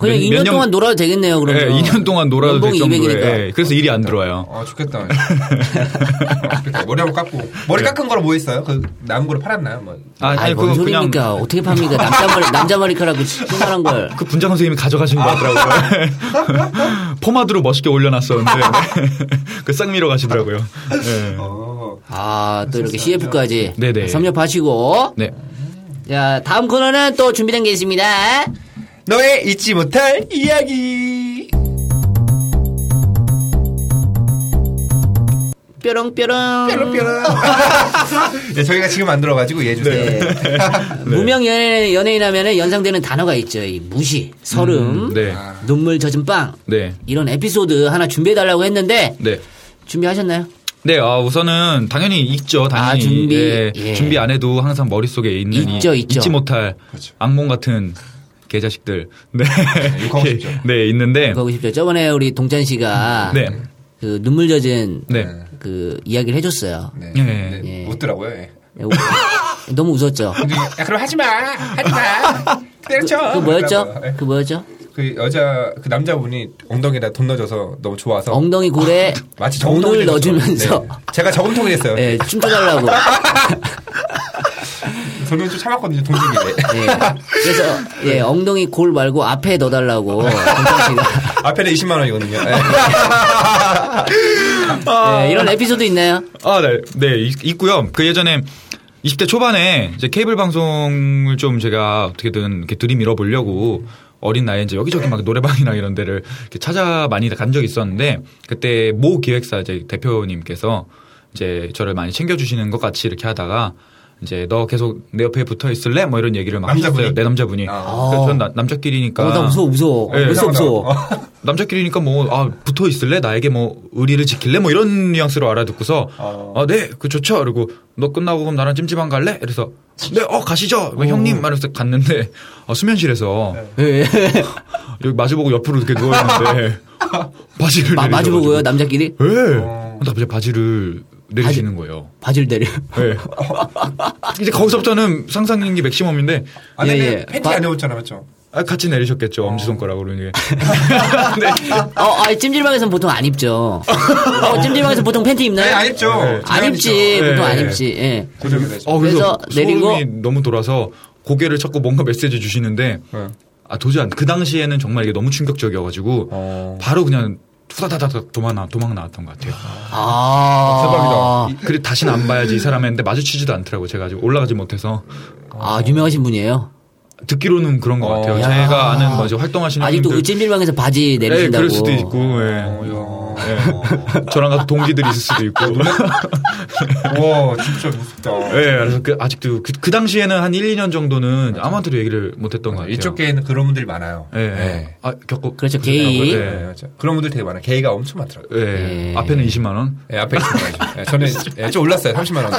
A: 그냥 2년 동안 놀아도 되겠네요, 그러면.
C: 네, 2년 동안 놀아도 될
A: 연봉이
C: 정도에
A: 200이니까.
C: 예, 그래서 일이 안 들어와요.
B: 아, 죽겠다. 아, 죽겠다. 머리 한번 깎고. 머리 깎은 거로 뭐 했어요? 그, 남은 거로 팔았나요? 뭐.
C: 아,
A: 아니,
C: 아니,
A: 뭔
C: 그거
A: 소리입니까?
C: 그냥
A: 어떻게 팝니까? 남자 머리, 남자 머리카락을 조그만한 걸.
C: 그 분장 선생님이 가져가신 것 같더라고요. 포마드로 멋있게 올려놨었는데 그 쌍미로 가시더라고요. 네.
B: 어.
A: 아, 또 이렇게 CF까지.
C: 네네.
A: 섭렵하시고.
C: 네.
A: 자, 다음 코너는 또 준비된 게 있습니다.
B: 너의 잊지 못할 이야기.
A: 뾰롱뾰롱.
B: 뾰로뾰로. 네, 저희가 지금 만들어가지고 이해해 주세요.
A: 음. 네. 무명 연예인, 연예인 하면은 연상되는 단어가 있죠. 이 무시, 서름,
C: 음, 네.
A: 눈물 젖은 빵.
C: 네.
A: 이런 에피소드 하나 준비해달라고 했는데.
C: 네.
A: 준비하셨나요?
C: 네, 아, 우선은 당연히 있죠. 당연히
A: 아, 준비.
C: 예,
A: 예.
C: 준비 안 해도 항상 머릿속에 있는 이
A: 있죠, 있죠.
C: 잊지 못할 악몽 같은 개자식들. 네.
B: 그렇죠. 욕하고 싶죠.
C: 네, 있는데
A: 가고 싶죠. 저번에 우리 동찬 씨가
C: 네.
A: 그 눈물 젖은
C: 네.
A: 그 이야기를 해줬어요.
B: 네.
C: 예.
B: 네. 웃더라고요. 예.
A: 그, 너무 웃었죠.
B: 야, 그럼 하지 마! 하지 마! 때려쳐!
A: 그 뭐였죠?
B: 그러더라고요. 예.
A: 그 뭐였죠?
B: 그 여자, 그 남자분이 엉덩이에다 돈 넣어줘서 너무 좋아서.
A: 엉덩이 굴에
B: 마치 저금통이
A: 돈을
B: 됐죠.
A: 넣어주면서
B: 네. 제가 저금통이 됐어요.
A: 예, 춤춰달라고.
B: 저는 좀 참았거든요, 돈 주기에.
A: 예. 그래서 예, 엉덩이 골 말고 앞에 넣어달라고 동찬 씨가
B: 앞에는 20만 원이거든요. 예.
A: 예, 이런 에피소드 있나요?
C: 아, 네. 네, 있- 있고요. 그 예전에 20대 초반에 이제 케이블 방송을 좀 제가 어떻게든 이렇게 들이밀어 보려고 어린 나이에 이제 여기저기 막 노래방이나 이런 데를 이렇게 찾아 많이 간 적이 있었는데 그때 모 기획사 이제 대표님께서 이제 저를 많이 챙겨주시는 것 같이 이렇게 하다가 이제 너 계속 내 옆에 붙어 있을래? 뭐 이런 얘기를 막
B: 남자분이? 아.
C: 했어요. 내 남자분이. 그래서 전 나- 남자끼리니까.
A: 어, 나 무서워, 무서워.
C: 예.
A: 벌써 무서워.
C: 남자끼리니까 뭐, 아, 붙어 있을래? 나에게 뭐, 의리를 지킬래? 뭐 이런 뉘앙스로 알아듣고서, 아, 네, 그 좋죠. 그리고, 너 끝나고 그럼 나랑 찜질방 갈래? 이래서, 네, 어, 가시죠. 뭐 형님. 말해서 갔는데, 아, 수면실에서,
A: 예.
C: 여기 마주보고 옆으로 이렇게 누워있는데, 바지를.
A: 마, 마주보고요, 남자끼리.
C: 예. 나 갑자기 바지를 내리시는 거예요.
A: 바지를 내려.
C: 예. 이제 거기서부터는 상상력이 맥시멈인데,
B: 아, 니
A: 예,
B: 근데
A: 예.
B: 팬티
A: 바-
B: 안 입었잖아, 맞죠?
C: 아, 같이 내리셨겠죠. 엄지손가락으로. 이게.
A: 어, 아, 찜질방에서는 보통 안 입죠. 어, 찜질방에서는 보통 팬티
B: 네,
A: 입나요?
B: 안 입죠.
C: 네.
A: 안 입지.
C: 예,
A: 보통 안
C: 예.
A: 입지. 예.
B: 고정이 되죠.
C: 어, 그래서,
A: 그래서 내리고-
C: 소름이 너무 돌아서 고개를 자꾸 뭔가 메시지 주시는데
B: 네.
C: 아 도저히 안- 그 당시에는 정말 이게 너무 충격적이어가지고 바로 그냥 후다다닥 도망 나 도망 나왔던 것 같아요.
A: 아.
C: 그리고 다시는 안 봐야지 이 사람했는데 마주치지도 않더라고 요 제가 아직 올라가지 못해서
A: 아, 유명하신 분이에요.
C: 듣기로는 그런 것 같아요.
A: 어, 야.
C: 제가 아는 뭐지 활동하시는
A: 아직도 그
C: 분들
A: 찜질방에서 바지
C: 예,
A: 내리신다고. 어,
C: 그럴 수도 있고 예. 예. 저랑 같은 동기들이 있을 수도 있고
B: 우와, 진짜 무섭다.
C: 예 그래서 그 아직도 그, 그 당시에는 한 1, 2년 정도는 아무한테도 얘기를 못했던 것 같아요.
B: 이쪽 게에는 그런 분들이 많아요.
C: 예. 예. 아, 겪고.
A: 그렇죠,
C: 그-
A: 게이.
C: 예.
B: 네, 맞아요. 그런 분들 되게 많아요. 게이가 엄청 많더라고요.
C: 예.
A: 예.
C: 앞에는 20만원.
B: 예, 앞에 있어요. 예, 저는 예, 좀 올랐어요. 30만 원.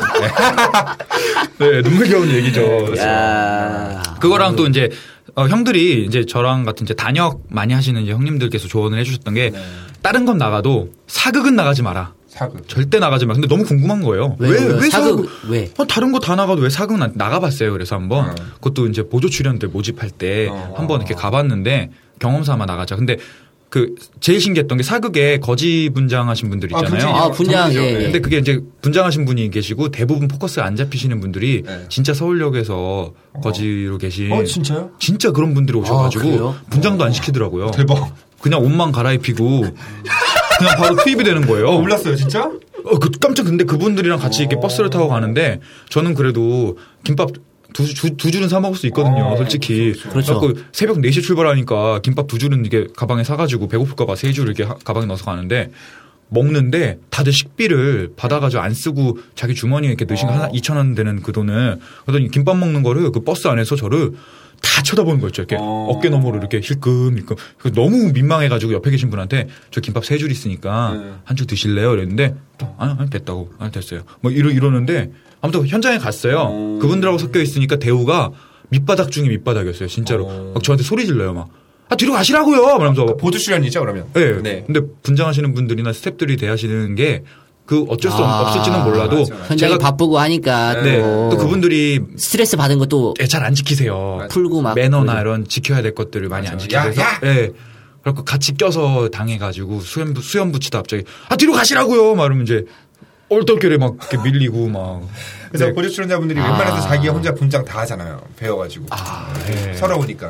C: 네, 눈물겨운 얘기죠.
A: 야.
C: 그거랑 또 이제 어, 형들이 이제 저랑 같은 이제 단역 많이 하시는 이제 형님들께서 조언을 해주셨던 게
A: 네.
C: 다른 건 나가도 사극은 나가지 마라.
B: 사극.
C: 절대 나가지 마. 근데 너무 궁금한 거예요.
A: 왜, 왜, 사극, 왜?
C: 어, 다른 거 다 나가도 왜 사극은 안- 나가봤어요. 그래서 한번
B: 어.
C: 그것도 이제 보조 출연들 모집할 때
B: 어.
C: 한번 이렇게 가봤는데 경험 삼아 나가자. 근데 그 제일 신기했던 게 사극에 거지 분장하신 분들
B: 아, 그렇죠.
A: 아,
B: 분장이요?
C: 있잖아요.
A: 분장, 예,
B: 분장이죠.
A: 예.
C: 네. 근데 그게 이제 분장하신 분이 계시고 대부분 포커스 안 잡히시는 분들이
B: 네.
C: 진짜 서울역에서 거지로 계신
B: 어, 진짜요? 어.
C: 진짜 그런 분들이 오셔가지고
A: 아, 그래요?
C: 분장도 안 시키더라고요.
B: 대박.
C: 그냥 옷만 갈아입히고 그냥 바로 투입이 되는 거예요.
B: 어, 올랐어요, 진짜?
C: 어, 그 깜짝 근데 그분들이랑 같이 이렇게 버스를 타고 가는데 저는 그래도 김밥 두, 주, 두 줄은 사 먹을 수 있거든요,
B: 어,
C: 솔직히.
A: 아, 그렇죠.
C: 그래갖고 새벽 4시 출발하니까 김밥 두 줄은 이게 가방에 사가지고 배고플까봐 세 줄을 이렇게 하- 가방에 넣어서 가는데 먹는데 다들 식비를 받아가지고 안 쓰고 자기 주머니에 이렇게 넣으신
A: 아.
C: 거 하나 2천 원 되는 그 돈을 그러더니 김밥 먹는 거를 그 버스 안에서 저를 다 쳐다보는 거
A: 아.
C: 있죠. 이렇게
B: 어.
C: 어. 깨 너머로 이렇게 힐끔 힐끔. 그래서 너무 민망해가지고 옆에 계신 분한테 저 김밥 세 줄 있으니까
B: 네.
C: 한 줄 드실래요? 이랬는데 아니, 아니 됐다고 아니 됐어요. 뭐 이러 이러는데 아무튼 현장에 갔어요.
B: 음.
C: 그분들하고 섞여 있으니까 대우가 밑바닥 중에 밑바닥이었어요. 진짜로
B: 어.
C: 막 저한테 소리 질러요 막. 아 뒤로 가시라고요. 그러면서
B: 보조 출연이죠, 그러면?
C: 예.
B: 네.
C: 근데 분장하시는 분들이나 스탭들이 대하시는 게 그 어쩔 수 없-
A: 아,
C: 없을지는 몰라도
B: 맞아, 맞아.
A: 현장이
C: 제가
A: 바쁘고 하니까
C: 네.
A: 또,
C: 또 그분들이
A: 스트레스 받은 것도
C: 예, 잘 안 지키세요.
A: 풀고 막
C: 매너나
A: 그러죠.
C: 이런 지켜야 될 것들을 많이 안
B: 맞아요.
C: 지켜서
B: 야, 야!
C: 예. 그래갖고 같이 껴서 당해가지고 수염 부- 수염 붙이다 갑자기 아 뒤로 가시라고요. 막 이러면 이제 얼떨결에 막 이렇게 밀리고 막
B: 그래서
C: 네.
B: 보조 출연자분들이 웬만해서 자기 혼자 분장 다 아. 하잖아요. 배워가지고.
C: 예.
B: 서러우니까.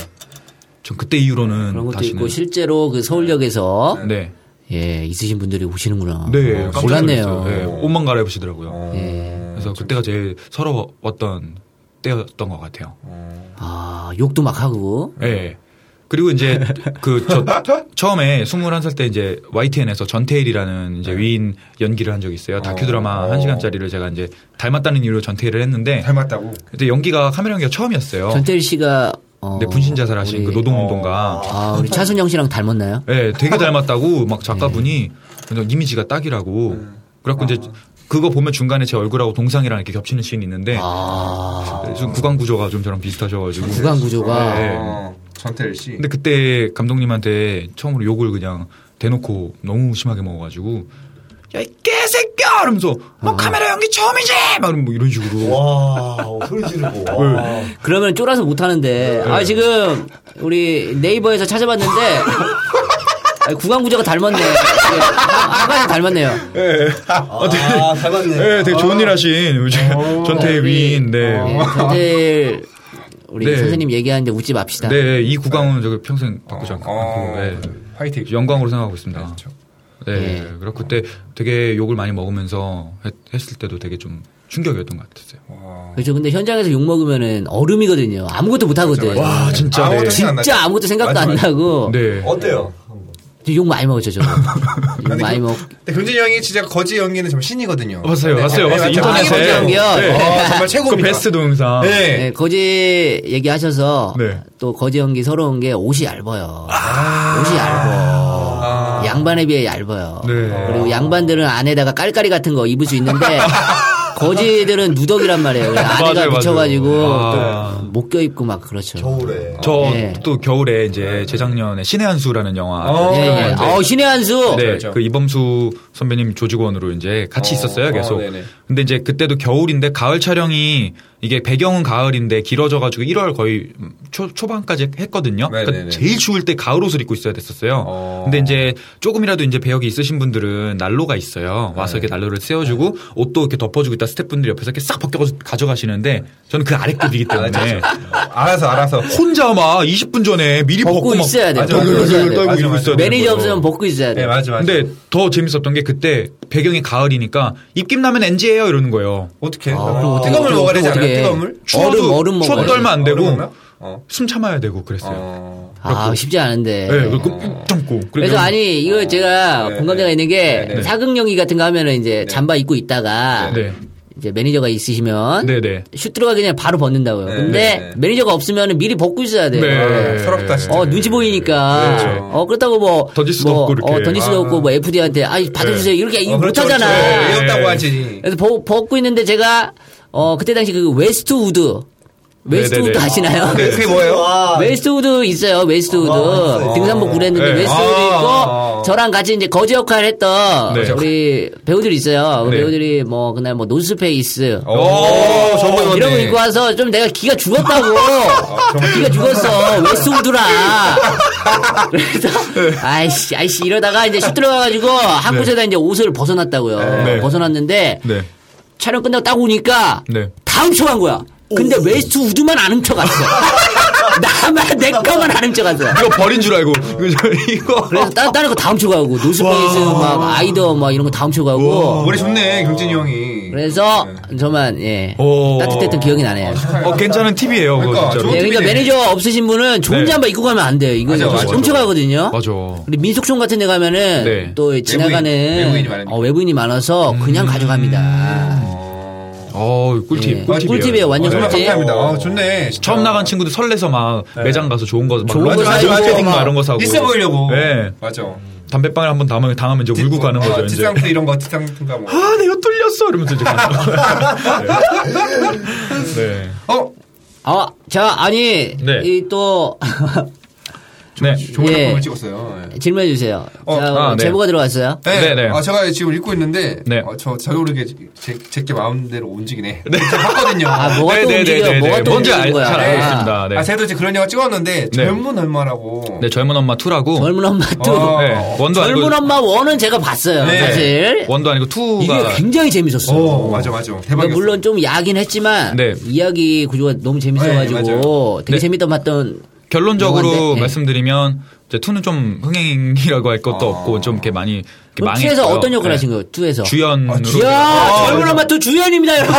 C: 전 그때 이후로는
A: 그런 것도
C: 다시는
A: 있고 실제로 그 서울역에서
C: 네.
A: 예 있으신 분들이 오시는구나.
C: 네.
A: 어,
C: 깜짝
A: 몰랐네요.
C: 놀랐어요. 네. 예, 옷만 갈아입으시더라고요.
A: 예.
C: 그래서 그때가 제일 서러웠던 때였던 것 같아요.
A: 아 욕도 막 하고.
C: 예. 그리고 이제 그 저 처음에 21살 때 이제 YTN에서 전태일이라는
A: 네.
C: 이제 위인 연기를 한 적이 있어요. 다큐 드라마
B: 어.
C: 1시간짜리를 제가 이제 닮았다는 이유로 전태일을
B: 네.
C: 했는데
B: 닮았다고.
C: 그때 연기가 카메라 연기가 처음이었어요.
A: 전태일 씨가 어,
C: 근데 분신 자살하신 그
A: 우리-
C: 노동 운동가
A: 아 우리 차순영 씨랑 닮았나요?
C: 예, 되게 닮았다고 막
A: 네.
C: 작가분이 그래서 이미지가 딱이라고. 그래갖고 이제
A: 아.
C: 그거 보면 중간에 제 얼굴하고 동상이랑 이렇게 겹치는 씬이 있는데
A: 아
C: 좀 구강 구조가 좀 저랑 비슷하셔가지고.
A: 구강 구조가
C: 네.
B: 어, 전태일 씨.
C: 근데 그때 감독님한테 처음으로 욕을 그냥 대놓고 너무 심하게 먹어가지고 야이 개새끼야! 이러면서 너 카메라 연기 처음이지! 막 뭐 이런 식으로.
F: 와,
C: 어,
F: 소리 지르고. 와.
B: 네.
A: 그러면 쫄아서 못 하는데 아 지금 우리 네이버에서 찾아봤는데 아, 구강 구조가 닮았네. 아까 닮았네요.
F: 아, 잘 봤네.
C: 네, 되게 좋은 일 하신 요즘 전태의 위인. 네.
A: 네, 전태일 우리
C: 네.
A: 선생님 얘기하는데 웃지 맙시다.
C: 네, 이 구강은 저 평생 바꾸지 않고.
B: 어,
C: 네.
B: 화이팅.
C: 영광으로 생각하고 있습니다.
B: 그렇죠.
C: 네, 그리고 그때 되게 욕을 많이 먹으면서 했, 했을 때도 되게 좀 충격이었던 것 같았어요.
A: 그렇죠. 근데 현장에서 욕 먹으면은 얼음이거든요. 아무것도 못 하거든.
C: 와, 진짜.
B: 아무것도
C: 네.
B: 생각 안 나죠?
A: 진짜 아무것도 생각도
B: 맞아,
A: 안
B: 맞아.
A: 나고.
C: 네.
F: 어때요?
A: 욕 많이 먹었죠, 저거. 욕 많이 먹.
B: 근데 금진이 형이 진짜 거지 연기는 정말 신이거든요.
C: 봤어요, 봤어요,
B: 네,
C: 봤어요.
B: 맞아요. 거지
C: 인터넷에.
A: 연기요?
B: 어, 정말
C: 그
B: 최고입니다.
C: 베스트 동영상.
B: 네.
A: 네, 거지 얘기하셔서
C: 예. 네.
A: 또 거지 연기 서러운 게 옷이 얇아요. 옷이 얇아. 양반에 비해 얇아요.
C: 네.
A: 그리고 양반들은 안에다가 깔깔이 같은 거 입을 수 있는데 거지들은 누더기란 말이에요. 안에가
C: 맞아요,
A: 붙여가지고
C: 맞아요.
A: 또 못 껴입고 막 그렇죠.
F: 겨울에.
C: 저
B: 예.
A: 네.
C: 또 겨울에 이제 재작년에 신의 한 수라는 영화.
B: 어.
A: 예, 예.
B: 아, 네.
A: 어, 신의 한 수.
C: 네,
B: 그렇죠.
C: 그 이범수 선배님 조직원으로 이제 같이
B: 어,
C: 있었어요, 계속.
B: 어, 네네.
C: 근데 이제 그때도 겨울인데 가을 촬영이 이게 배경은 가을인데 길어져가지고 1월 거의 초, 초반까지 했거든요. 그러니까
B: 네네네.
C: 제일 추울 때 가을 옷을 입고 있어야 됐었어요.
B: 어.
C: 근데 이제 조금이라도 이제 배역이 있으신 분들은 난로가 있어요.
B: 네.
C: 와서 이렇게 난로를 세워주고 옷도 이렇게 덮어주고 있다 스태프분들이 옆에서 이렇게 싹 벗겨가지고 가져가시는데 저는 그 아래급이기
B: 네.
C: 때문에
B: 알아서 알아서.
C: 혼자 막 20분 전에 미리 벗고,
A: 벗고
C: 막
A: 있어야 돼요.
B: 맞아,
A: 벗고
B: 맞아,
A: 있어야
B: 맞아,
A: 돼요.
B: 맞아,
C: 이러고
B: 맞아.
C: 있어야 돼요.
A: 매니저 없으면 벗고 있어야
B: 네
A: 돼요.
B: 맞아 맞아.
C: 근데 더 재밌었던 게 그때 배경이 가을이니까 입김 나면 NG예요 이러는 거예요.
B: 어떻게?
A: 아, 그럼 어떻게-
B: 뜨거운 물 먹어야 되지 않아요?
A: 어떻게-
B: 뜨거운 물?
A: 얼음, 얼음 먹어야지.
C: 추워도 얼마 안 되고
B: 얼음 먹나? 어.
C: 숨 참아야 되고 그랬어요.
B: 어.
A: 아, 쉽지 않은데.
C: 예, 그리고 꾹 참고.
A: 그래서
C: 그래서
A: 아니
C: 뭐,
A: 이거 제가
B: 네,
A: 공감대가
B: 네.
A: 있는 게
B: 네, 네.
A: 사극영기 같은 거 하면은 이제 잠바 입고 있다가
C: 네.
A: 이제 매니저가 있으시면
C: 네네.
A: 슛 들어가기 전에 바로 벗는다고요.
B: 네,
A: 근데
B: 네.
A: 매니저가 없으면 미리 벗고 있어야 돼요.
B: 네. 서럽다, 진짜.
A: 어 눈치 보이니까
C: 네, 그렇죠.
A: 어 그렇다고 뭐
C: 던질 수도
A: 뭐,
C: 없고, 이렇게. 네.
A: 어, 던질 수도
B: 아.
A: 없고 뭐 FD한테 아 받아주세요 이렇게
B: 어,
A: 못
B: 그렇죠,
A: 하잖아. 네.
B: 그렇죠.
C: 예.
B: 외웠다고 하지.
A: 그래서 벗- 벗고 있는데 제가 어 그때 당시 그 웨스트 우드 웨스트
C: 네, 네,
A: 우드
C: 네.
A: 아시나요?
B: 그게, 그게 뭐예요?
F: 와.
A: 웨스트우드 있어요. 웨스트우드
F: 아, 있어요.
A: 등산복 구랬는데
C: 네.
A: 웨스트우드
B: 아,
A: 있고
B: 아, 아.
A: 저랑 같이 이제 거지 역할 했던
C: 네.
A: 우리 배우들이 있어요. 그
C: 네. 어,
A: 배우들이 뭐 그날 뭐 노스페이스 어,
B: 오, 정말
A: 이런 거 입고 와서 좀 내가 기가 죽었다고
C: 아,
A: 기가 죽었어 웨스트우드라 그래서 아이씨 아이씨 이러다가 이제 슛 들어가가지고 한
C: 네.
A: 곳에다 이제 옷을 벗어놨다고요.
C: 네.
A: 벗어놨는데
C: 네.
A: 촬영 끝나고 딱 오니까
C: 네.
A: 다 훔쳐간 거야. 근데 웨스트 우드만 안 훔쳐갔어. 나만 내 거만 안 훔쳐갔어.
C: 이거 버린 줄 알고 이거 저- 이거
A: 그래서 따, 다른 거 다 훔쳐가고 노스페이스 막 아이더 막 이런 거 다 훔쳐가고
B: 머리 어, 좋네 경진이 형이.
A: 그래서
B: 네.
A: 저만 예
C: 오.
A: 따뜻했던 기억이 나네요.
C: 어 괜찮은 팁이에요. 그거
B: 아, 그러니까,
C: 진짜로.
A: 예, 그러니까
B: 네.
A: 매니저 없으신 분은 좋은
C: 네.
A: 잠바 입고 가면 안 돼요. 이거
B: 맞아, 맞아.
A: 훔쳐가거든요.
C: 맞아.
A: 우리 민속촌 같은 데 가면은
C: 네.
A: 또 지나가는
B: 외부인이 많으니까. 음.
A: 어, 외부인이 많아서 그냥 가져갑니다.
C: 어 꿀팁.
A: 예.
C: 꿀팁이에요.
A: 꿀팁이에요. 완전
B: 정말
A: 꿀팁.
B: 감사합니다. 어, 네. 좋네. 진짜.
C: 처음 나간 친구들 설레서 막 매장 가서 좋은 거막
A: 좋은 거 사지
C: 런닝 패딩
A: 마세요.
C: 막 이런 거 사고
B: 있어 보이려고.
C: 네.
B: 맞아.
C: 담배빵을 한번 당하면 당하면 이제 울고 가는 거죠
B: 어,
C: 이제.
B: 뒷상태 이런 거 뒷상태가 뭐.
C: 아 내가 뚫렸어 이러면서 이제. 가는 거예요. 네. 네.
B: 어,
A: 아, 자 아니
C: 네.
A: 이 또
C: 네.
B: 좋은
A: 예.
B: 작품을 찍었어요. 예.
A: 질문해 주세요.
B: 어,
A: 자,
C: 아, 네.
A: 제보가 들어왔어요.
B: 네,
C: 네, 네.
B: 아, 제가 지금 읽고 있는데,
C: 네.
B: 어, 저, 저도 모르게 제, 제게 마음대로 움직이네. 네. 제가 봤거든요.
A: 아, 뭐가 또
C: 네, 네,
A: 움직여?
C: 네,
A: 뭐가
C: 네.
A: 또
C: 뭔지
A: 움직이는
C: 알-
A: 거야?
C: 잘
A: 아,
C: 알겠습니다. 네.
B: 아, 제가 도 그런 영화 찍었는데,
C: 네.
B: 젊은 얼마라고.
C: 네, 젊은 엄마 2라고.
A: 젊은 엄마 또
B: 어.
C: 네, 원도 아니고
A: 젊은 엄마 원은 제가 봤어요.
B: 네.
A: 사실
C: 원도 아니고 2가
A: 이게 그 굉장히 재밌었어요.
B: 오, 맞아, 맞아. 대박이었어.
A: 그러니까 물론 좀 야긴 했지만
C: 네.
A: 이야기 구조가 너무
B: 네,
A: 재밌어가지고
B: 맞아요.
A: 되게
C: 네.
A: 재밌다 봤던
C: 결론적으로
A: 영화인데, 네.
C: 말씀드리면 이제 2는 좀 흥행이라고 할 것도 없고 좀 이렇게 많이 이렇게
A: 그럼
C: 망했고요.
A: 투에서 아. 뭐 어떤 역할
C: 네.
A: 하신 거예요? 아, 투에서
C: 주연으로. 어,
A: 이야 젊은 엄마 또 주연입니다 여러분.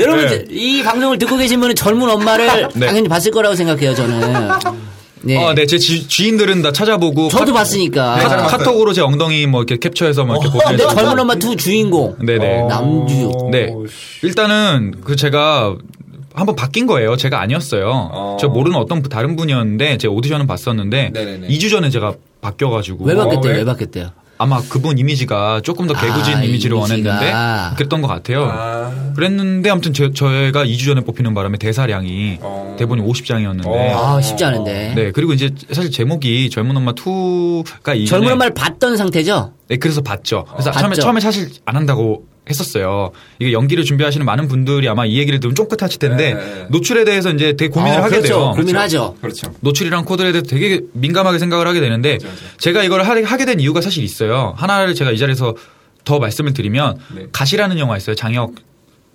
A: 여러분
C: 네.
A: 이 방송을 듣고 계신 분은 젊은 엄마를
C: 네.
A: 당연히 봤을 거라고 생각해요 저는. 네.
C: 어, 네, 제 지, 지인들은 다 찾아보고
A: 저도
C: 카-
A: 봤으니까. 어,
C: 카-
B: 봤어요.
C: 카톡으로 제 엉덩이 뭐 이렇게 캡처해서 막 이렇게
A: 근데
C: 보내주고.
A: 젊은 엄마 투 주인공
C: 네네.
A: 남주혁.
C: 네. 일단은 그 제가 한번 바뀐 거예요. 제가 아니었어요. 저 모르는 어떤 다른 분이었는데 제 오디션은 봤었는데
B: 네네네.
C: 2주 전에 제가 바뀌어가지고
A: 왜
B: 어,
A: 바뀌었대요?
C: 네.
B: 왜?
A: 왜 바뀌었대요?
C: 아마 그분 이미지가 조금 더 개구진
A: 아,
C: 이미지로
A: 이미지가.
C: 원했는데 그랬던 것 같아요.
B: 아.
C: 그랬는데 아무튼 저, 저희가 2주 전에 뽑히는 바람에 대사량이
B: 어.
C: 대본이 50장이었는데
B: 어.
A: 아 쉽지 않은데.
C: 네 그리고 이제 사실 제목이 젊은 엄마 2가 이전에
A: 젊은 엄마를 봤던 상태죠?
C: 네, 그래서 봤죠. 그래서
A: 아, 봤죠.
C: 처음에 처음에 사실 안 한다고 했었어요. 이게 연기를 준비하시는 많은 분들이 아마 이 얘기를 들으면 쫑긋하실 텐데
B: 네.
C: 노출에 대해서 이제 되게 고민을
B: 어,
C: 하게
A: 그렇죠.
C: 돼요.
A: 고민하죠.
B: 그렇죠.
C: 노출이랑 코드에 대해서 되게 민감하게 생각을 하게 되는데
B: 맞아.
C: 제가 이걸 하- 하게 된 이유가 사실 있어요. 하나를 제가 이 자리에서 더 말씀을 드리면
B: 네.
C: 가시라는 영화 있어요. 장혁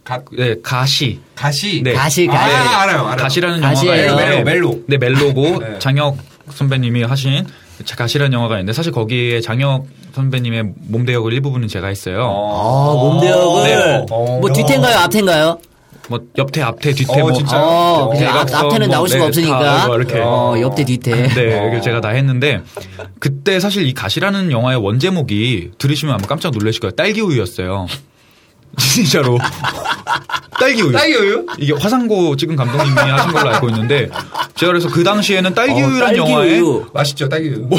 B: 가,
C: 네, 가시.
B: 가시.
C: 네.
A: 가시,
B: 아,
A: 가시.
B: 알아요, 알아요.
C: 가시라는 영화가
A: 가시예요.
C: 있는데
B: 멜로, 멜로.
C: 네, 멜로고
B: 네.
C: 장혁 선배님이 하신 가시라는 영화가 있는데 사실 거기에 장혁 선배님의 몸 대역을 일부분은 제가 했어요.
B: 아,
A: 아, 몸대역을
B: 네.
A: 뭐 뒤태인가요? 앞태인가요?
C: 뭐 옆태 앞태 뒤태
B: 어,
C: 뭐
B: 진짜.
A: 어, 그죠. 앞,
C: 대각선,
A: 앞에는
C: 뭐,
A: 나올 수가
C: 네,
A: 없으니까.
C: 다, 뭐 이렇게.
A: 어, 옆대 뒤태.
C: 네, 그래서 제가 다 했는데 그때 사실 이 가시라는 영화의 원제목이 들으시면 아마 깜짝 놀라실 거예요. 딸기 우유였어요. 진짜로 딸기 우유.
B: 딸기 우유?
C: 이게 화상고 찍은 감독님이 하신 걸로 알고 있는데 제가 그래서 그 당시에는 딸기
A: 어,
C: 우유란
A: 딸기
C: 영화에
A: 우유.
B: 맛있죠, 딸기 우유.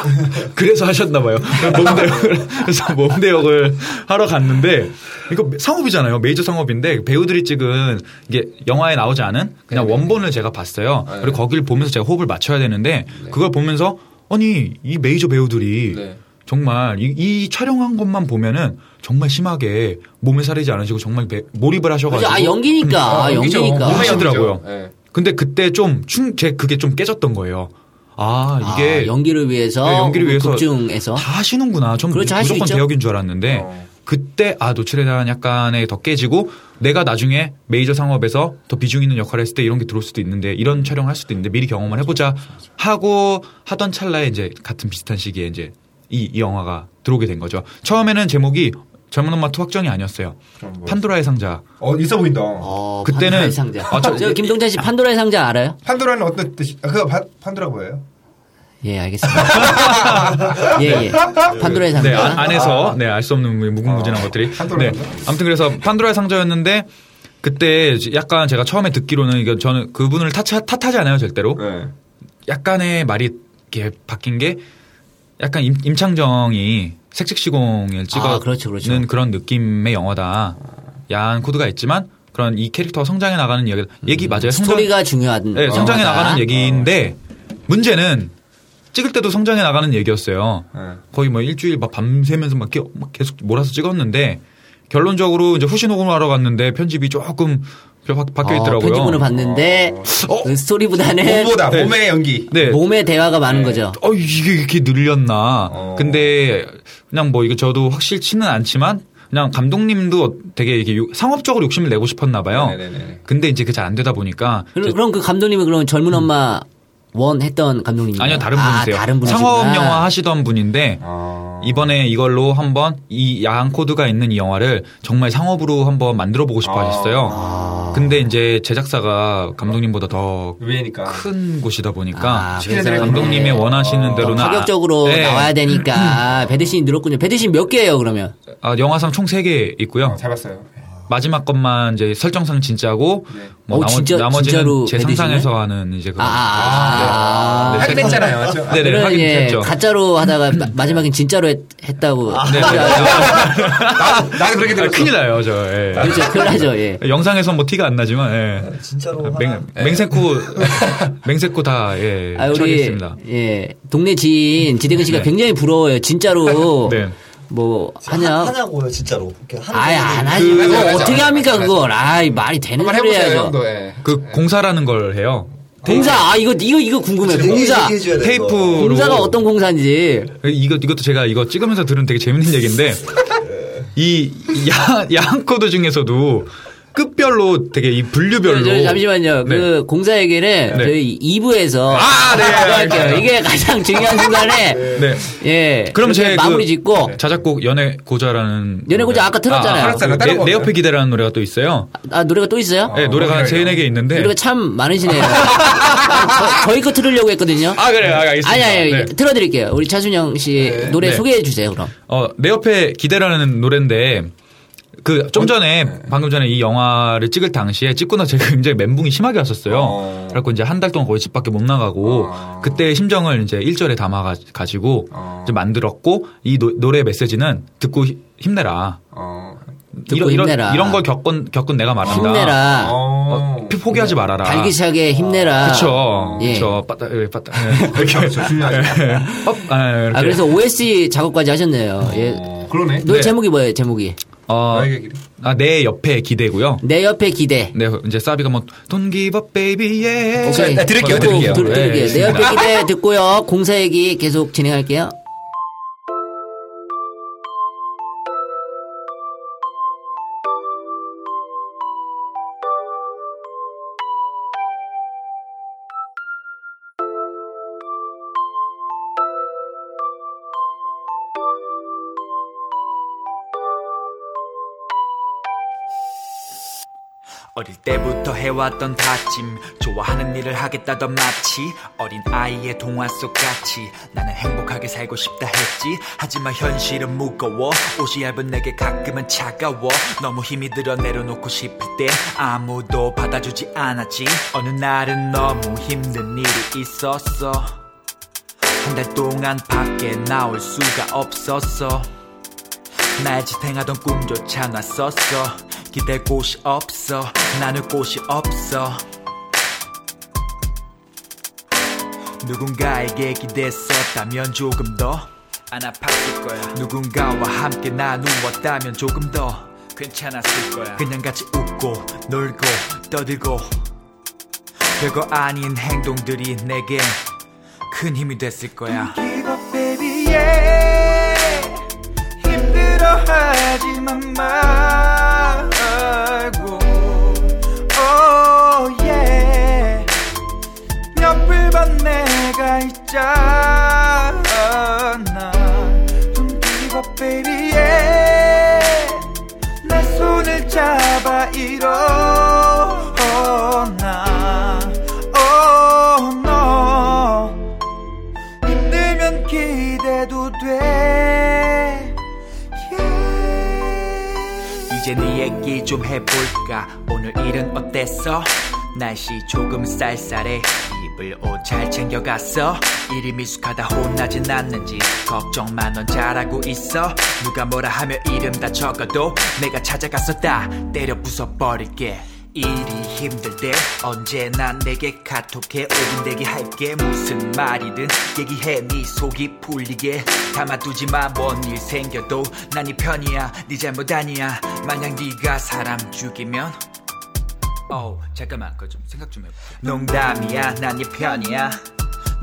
C: 그래서 하셨나 봐요. 몸대역을 그래서 몸대역을 하러 갔는데 이거 상업이잖아요. 메이저 상업인데 배우들이 찍은 이게 영화에 나오지 않은 그냥
A: 네,
C: 원본을 제가 봤어요.
B: 네.
C: 그리고 거길 보면서 제가 호흡을 맞춰야 되는데
A: 네.
C: 그걸 보면서 아니 이 메이저 배우들이
B: 네.
C: 정말 이, 이 촬영한 것만 보면은 정말 심하게 몸에 사리지 않으시고 정말 배- 몰입을
A: 그죠.
C: 하셔가지고
A: 아, 연기니까.
B: 어, 연기죠.
A: 연기니까.
B: 몸에
C: 하시더라고요.
B: 연기죠. 예.
C: 근데 그때 좀충제 그게 좀 깨졌던 거예요. 아 이게
A: 아, 연기를 위해서.
C: 네, 연기를 위해서
A: 급중해서.
C: 다 하시는구나. 전
A: 그렇죠, 할수
C: 무조건
A: 있죠.
C: 대역인 줄 알았는데
B: 어.
C: 그때 아 노출에 대한 약간의 더 깨지고 내가 나중에 메이저 상업에서 더 비중 있는 역할을 했을 때 이런 게 들어올 수도 있는데 이런 촬영을 할 수도 있는데 미리 경험을 해보자 하고 하던 찰나에 이제 같은 비슷한 시기에 이제 이, 이 영화가 들어오게 된 거죠. 처음에는 제목이 젊은 엄마 투 확정이 아니었어요.
B: 그럼 뭐.
C: 판도라의 상자.
B: 어, 있어 보인다.
A: 어,
C: 그때는-
A: 판도라의 상자.
C: 아,
A: 저,
C: 저-
A: 김동찬 씨 판도라의 상자 알아요?
B: 판도라는 어떤 뜻이, 아, 그거 파, 판도라 뭐예요?
A: 예, 알겠습니다. 예, 예. 판도라의 상자.
C: 네, 아- 안에서 네, 알 수 없는
A: 아,
C: 무궁무진한 것들이.
B: 판도라
C: 네.
B: 상자?
C: 아무튼 그래서 판도라의 상자였는데 그때 약간 제가 처음에 듣기로는 이거 저는 그분을 탓하, 탓하지 않아요, 절대로.
B: 네.
C: 약간의 말이 이렇게 바뀐 게 약간 임, 임창정이 색색시공을 찍어
A: 아, 그렇죠, 그렇죠. 아.
C: 는 그런 느낌의 영화다. 야한 코드가 있지만 그런 이 캐릭터가 성장해 나가는 얘기, 얘기 맞아요. 성장-
A: 음. 스토리가 중요한.
C: 네, 성장해
A: 영화다.
C: 나가는 얘기인데 문제는 찍을 때도 성장해 나가는 얘기였어요.
B: 네.
C: 거의 뭐 일주일 막 밤새면서 막, 계- 막 계속 몰아서 찍었는데 결론적으로 이제 후시 녹음을 하러 갔는데 편집이 조금 그 바, 뀌어
A: 어,
C: 있더라고요.
A: 편집본을 봤는데
C: 어?
A: 그 스토리보다는
B: 몸보다,
C: 네.
B: 몸의 연기.
C: 네.
A: 몸의 대화가 많은 거죠.
C: 어 이게 이렇게 늘렸나.
B: 어.
C: 근데 그냥 뭐 이게 저도 확실치는 않지만 그냥 감독님도 되게 이게 요- 상업적으로 욕심을 내고 싶었나 봐요.
B: 네네네.
C: 근데 이제 그 잘 안 되다 보니까
A: 그럼, 그럼 그 감독님은 그럼 젊은 엄마 원 했던 감독님
C: 아니요 다른
A: 아,
C: 분이세요.
A: 다른 분이시구나.
C: 상업 영화 하시던 분인데
B: 아.
C: 이번에 이걸로 한번 이 야한 코드가 있는 이 영화를 정말 상업으로 한번 만들어 보고 싶어
B: 아.
C: 하셨어요. 근데 이제 제작사가 감독님보다
B: 위에니까.
C: 더 큰 곳이다 보니까
A: 아,
B: 시키는
A: 그래서
B: 대로
C: 감독님의 원하시는
A: 좀
C: 대로는
A: 파격적으로
C: 아- 네.
A: 나와야 되니까 배드신 늘었군요. 배드신 몇 개예요 그러면?
C: 아, 영화상 총 3개 있고요.
B: 어, 잘 봤어요.
C: 아, 마지막 것만 이제 설정상 진짜고
B: 네.
A: 오,
C: 뭐 나머,
A: 어, 진짜-
C: 나머지는
A: 진짜로
C: 제
A: 배드신을?
C: 상상에서 하는 이제 그
A: 아, 아, 아, 아.
C: 네.
B: 하긴 했잖아요, 맞죠?
C: 네. 네네,
A: 그런,
C: 하긴
A: 예,
C: 했죠.
A: 가짜로 하다가 마- 마지막엔 진짜로 했, 다고
C: 네, 네.
B: 나도 그렇게
C: 아,
B: 들었어.
C: 큰일 나요, 저. 예.
A: 그렇죠, 큰일 나죠. 예.
C: 영상에서 뭐 티가 안 나지만 예.
F: 진짜로 하나.
C: 맹, 맹세코 맹세코 다 예.
A: 아, 우리
C: 처리했습니다.
A: 예 동네 지인 지대근 씨가
C: 네.
A: 굉장히 부러워요. 진짜로
C: 네.
A: 뭐
F: 하냐?
A: 하냐?
F: 하냐고요, 진짜로. 이렇게 하는
A: 아예 안
F: 사람이-
A: 하지.
B: 그-
A: 그거
B: 맞아, 맞아,
A: 어떻게
B: 맞아,
A: 합니까
B: 맞아.
A: 그걸? 아이 말이 되는
B: 한번
A: 소리
B: 해보세요,
A: 해야죠.
B: 형도. 예.
C: 그 공사라는 걸 해요.
A: 공사 아 이거 이거 이거 궁금해.
F: 되게
A: 공사
F: 뭐 얘기해줘야 돼,
C: 테이프.
F: 이거.
C: 로-
A: 공사가 어떤 공사인지.
C: 이거 이것도 제가 이거 찍으면서 들은 되게 재밌는 얘기인데 이 야, 야한 코드 중에서도 끝별로 되게 이 분류별로
A: 저- 저- 잠시만요.
C: 네.
A: 그 공사 얘기를
C: 네.
A: 저희 2부에서
C: 아, 네,
A: 할게요.
C: 알겠습니다.
A: 이게 가장 중요한 순간에
C: 네.
A: 예.
C: 그럼 제
A: 이렇게
C: 그
A: 마무리 짓고
C: 자작곡 연애고자라는
A: 연애고자 아까 틀었잖아요.
B: 틀었잖아요.
C: 내,
B: 다른 거
C: 내
B: 없어요?
C: 옆에 기대라는 노래가 또 있어요.
A: 아 노래가 또 있어요?
C: 네, 노래가
B: 노래가요?
C: 제인에게 있는데
A: 노래가 참 많으시네요. 아, 저, 희거 들으려고 했거든요.
C: 아 그래요. 아, 알겠습니다.
A: 아니 아니
C: 네.
A: 틀어드릴게요. 우리 차순영 씨 노래
C: 네.
A: 소개해 주세요. 그럼
C: 어, 내 옆에 기대라는 노래인데 그 좀 전에 방금 전에 이 영화를 찍을 당시에 찍고 나서 제가 굉장히 멘붕이 심하게 왔었어요.
B: 어.
C: 그래갖고 이제 한 달 동안 거의 집 밖에 못 나가고
B: 어.
C: 그때 심정을 이제 일절에 담아 가지고
B: 어.
C: 이제 만들었고 이 노, 노래의 메시지는 듣고 히- 힘내라.
B: 어.
A: 듣고
C: 이런
A: 힘내라.
C: 이런 이런 걸 겪은 겪은 내가 말한다.
A: 힘내라.
B: 어.
C: 피- 포기하지 말아라.
A: 발기차게 힘내라.
C: 아. 그쵸.
A: 예.
C: 그쵸. 빠따, 예, 빠따. 예. 이렇게.
B: 그렇죠, 중요하죠.
C: 업, 아, 이렇게.
A: 아 그래서 OSC 작업까지 하셨네요. 예.
B: 어, 그러네.
A: 노래
C: 네.
A: 제목이 뭐예요? 제목이
C: 어,
B: 나에게 기대.
C: 아, 내 옆에 기대고요.
A: 내 옆에 기대.
C: 네, 이제 사비가 뭐 Don't give up, baby, yeah.
A: 오케이.
B: 네, 들을게요,
A: 듣고,
B: 들을게요.
A: 들-
C: 네,
A: 들을게요. 내 옆에
C: 알겠습니다.
A: 기대 듣고요. 공사 얘기 계속 진행할게요.
D: 어릴 때부터 해왔던 다짐 좋아하는 일을 하겠다던 마치 어린 아이의 동화 속 같이 나는 행복하게 살고 싶다 했지 하지만 현실은 무거워 옷이 얇은 내게 가끔은 차가워 너무 힘이 들어 내려놓고 싶을 때 아무도 받아주지 않았지 어느 날은 너무 힘든 일이 있었어 한 달 동안 밖에 나올 수가 없었어 날 지탱하던 꿈조차 났었어 기댈 곳이 없어 나눌 곳이 없어 누군가에게 기댔었다면 조금 더 안 아팠을 거야 누군가와 함께 나누었다면 조금 더 괜찮았을 거야 그냥 같이 웃고 놀고 떠들고 별거 아닌 행동들이 내겐 큰 힘이 됐을 거야 힘들어하지만 말고 oh yeah 옆을 봐 내가 있잖아 좀 뒤집어 baby yeah 내 손을 잡아 일어나 oh no 힘들면 기대도 돼 이제 네 얘기 좀 해볼까 오늘 일은 어땠어 날씨 조금 쌀쌀해 입을 옷 잘 챙겨갔어 일이 미숙하다 혼나진 않는지 걱정 만넌 잘하고 있어 누가 뭐라 하며 이름 다 적어도 내가 찾아가서 다 때려 부숴버릴게 일이 힘들 때 언제나 내게 카톡해 오분대기 할게 무슨 말이든 얘기해 네 속이 풀리게 담아두지 마뭔 일 생겨도 난 네 편이야 네 잘못 아니야 만약 네가 사람 죽이면 어 잠깐만 그거 좀 생각 좀 해볼게 농담이야 난 네 편이야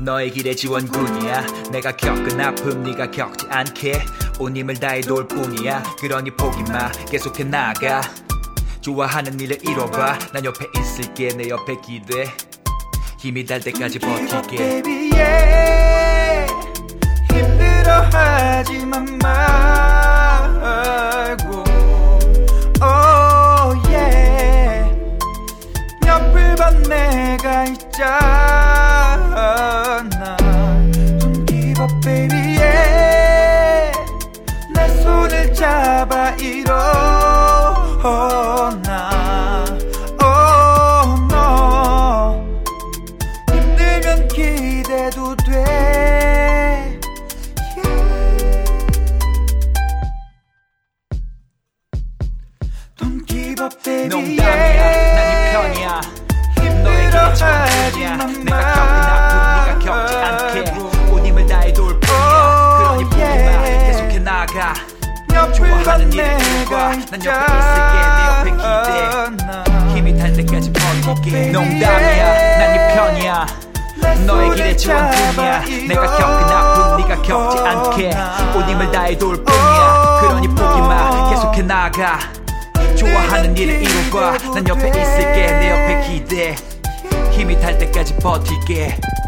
D: 너의 길에 지원군이야 내가 겪은 아픔 네가 겪지 않게 온 힘을 다해 놓을 뿐이야 그러니 포기마 계속해 나가 좋아하는 일을 이뤄봐 난 옆에 있을게 내 옆에 기대 힘이 달 때까지 버티게 힘들어하지만 말고 oh yeah 옆을 봐 내가 있잖아 Don't give up baby yeah 내 손을 잡아 일어나 oh no 힘들면 기대도 돼 Don't give up baby 농담이야 난네 편이야 힘들어하지 마 내가 겪은 아픔 네가 겪지 않게 온 힘을 다해 돌 뿐이야 그러니 포기마 계속해 나가 좋아하는 일을 이뤄봐 난 옆에 있을게 내 옆에 기대 힘이 달 때까지 버티게 농담이야 난 네 편이야 너의 길에 지원뿐이야 내가 겪은 아픔 네가 겪지 않게 온 힘을 다해 돌 뿐이야 그러니 포기마 계속해 나가 좋아하는 일을 이뤄봐 난 옆에 있을게 내 옆에 기대 힘이 달 때까지 버티게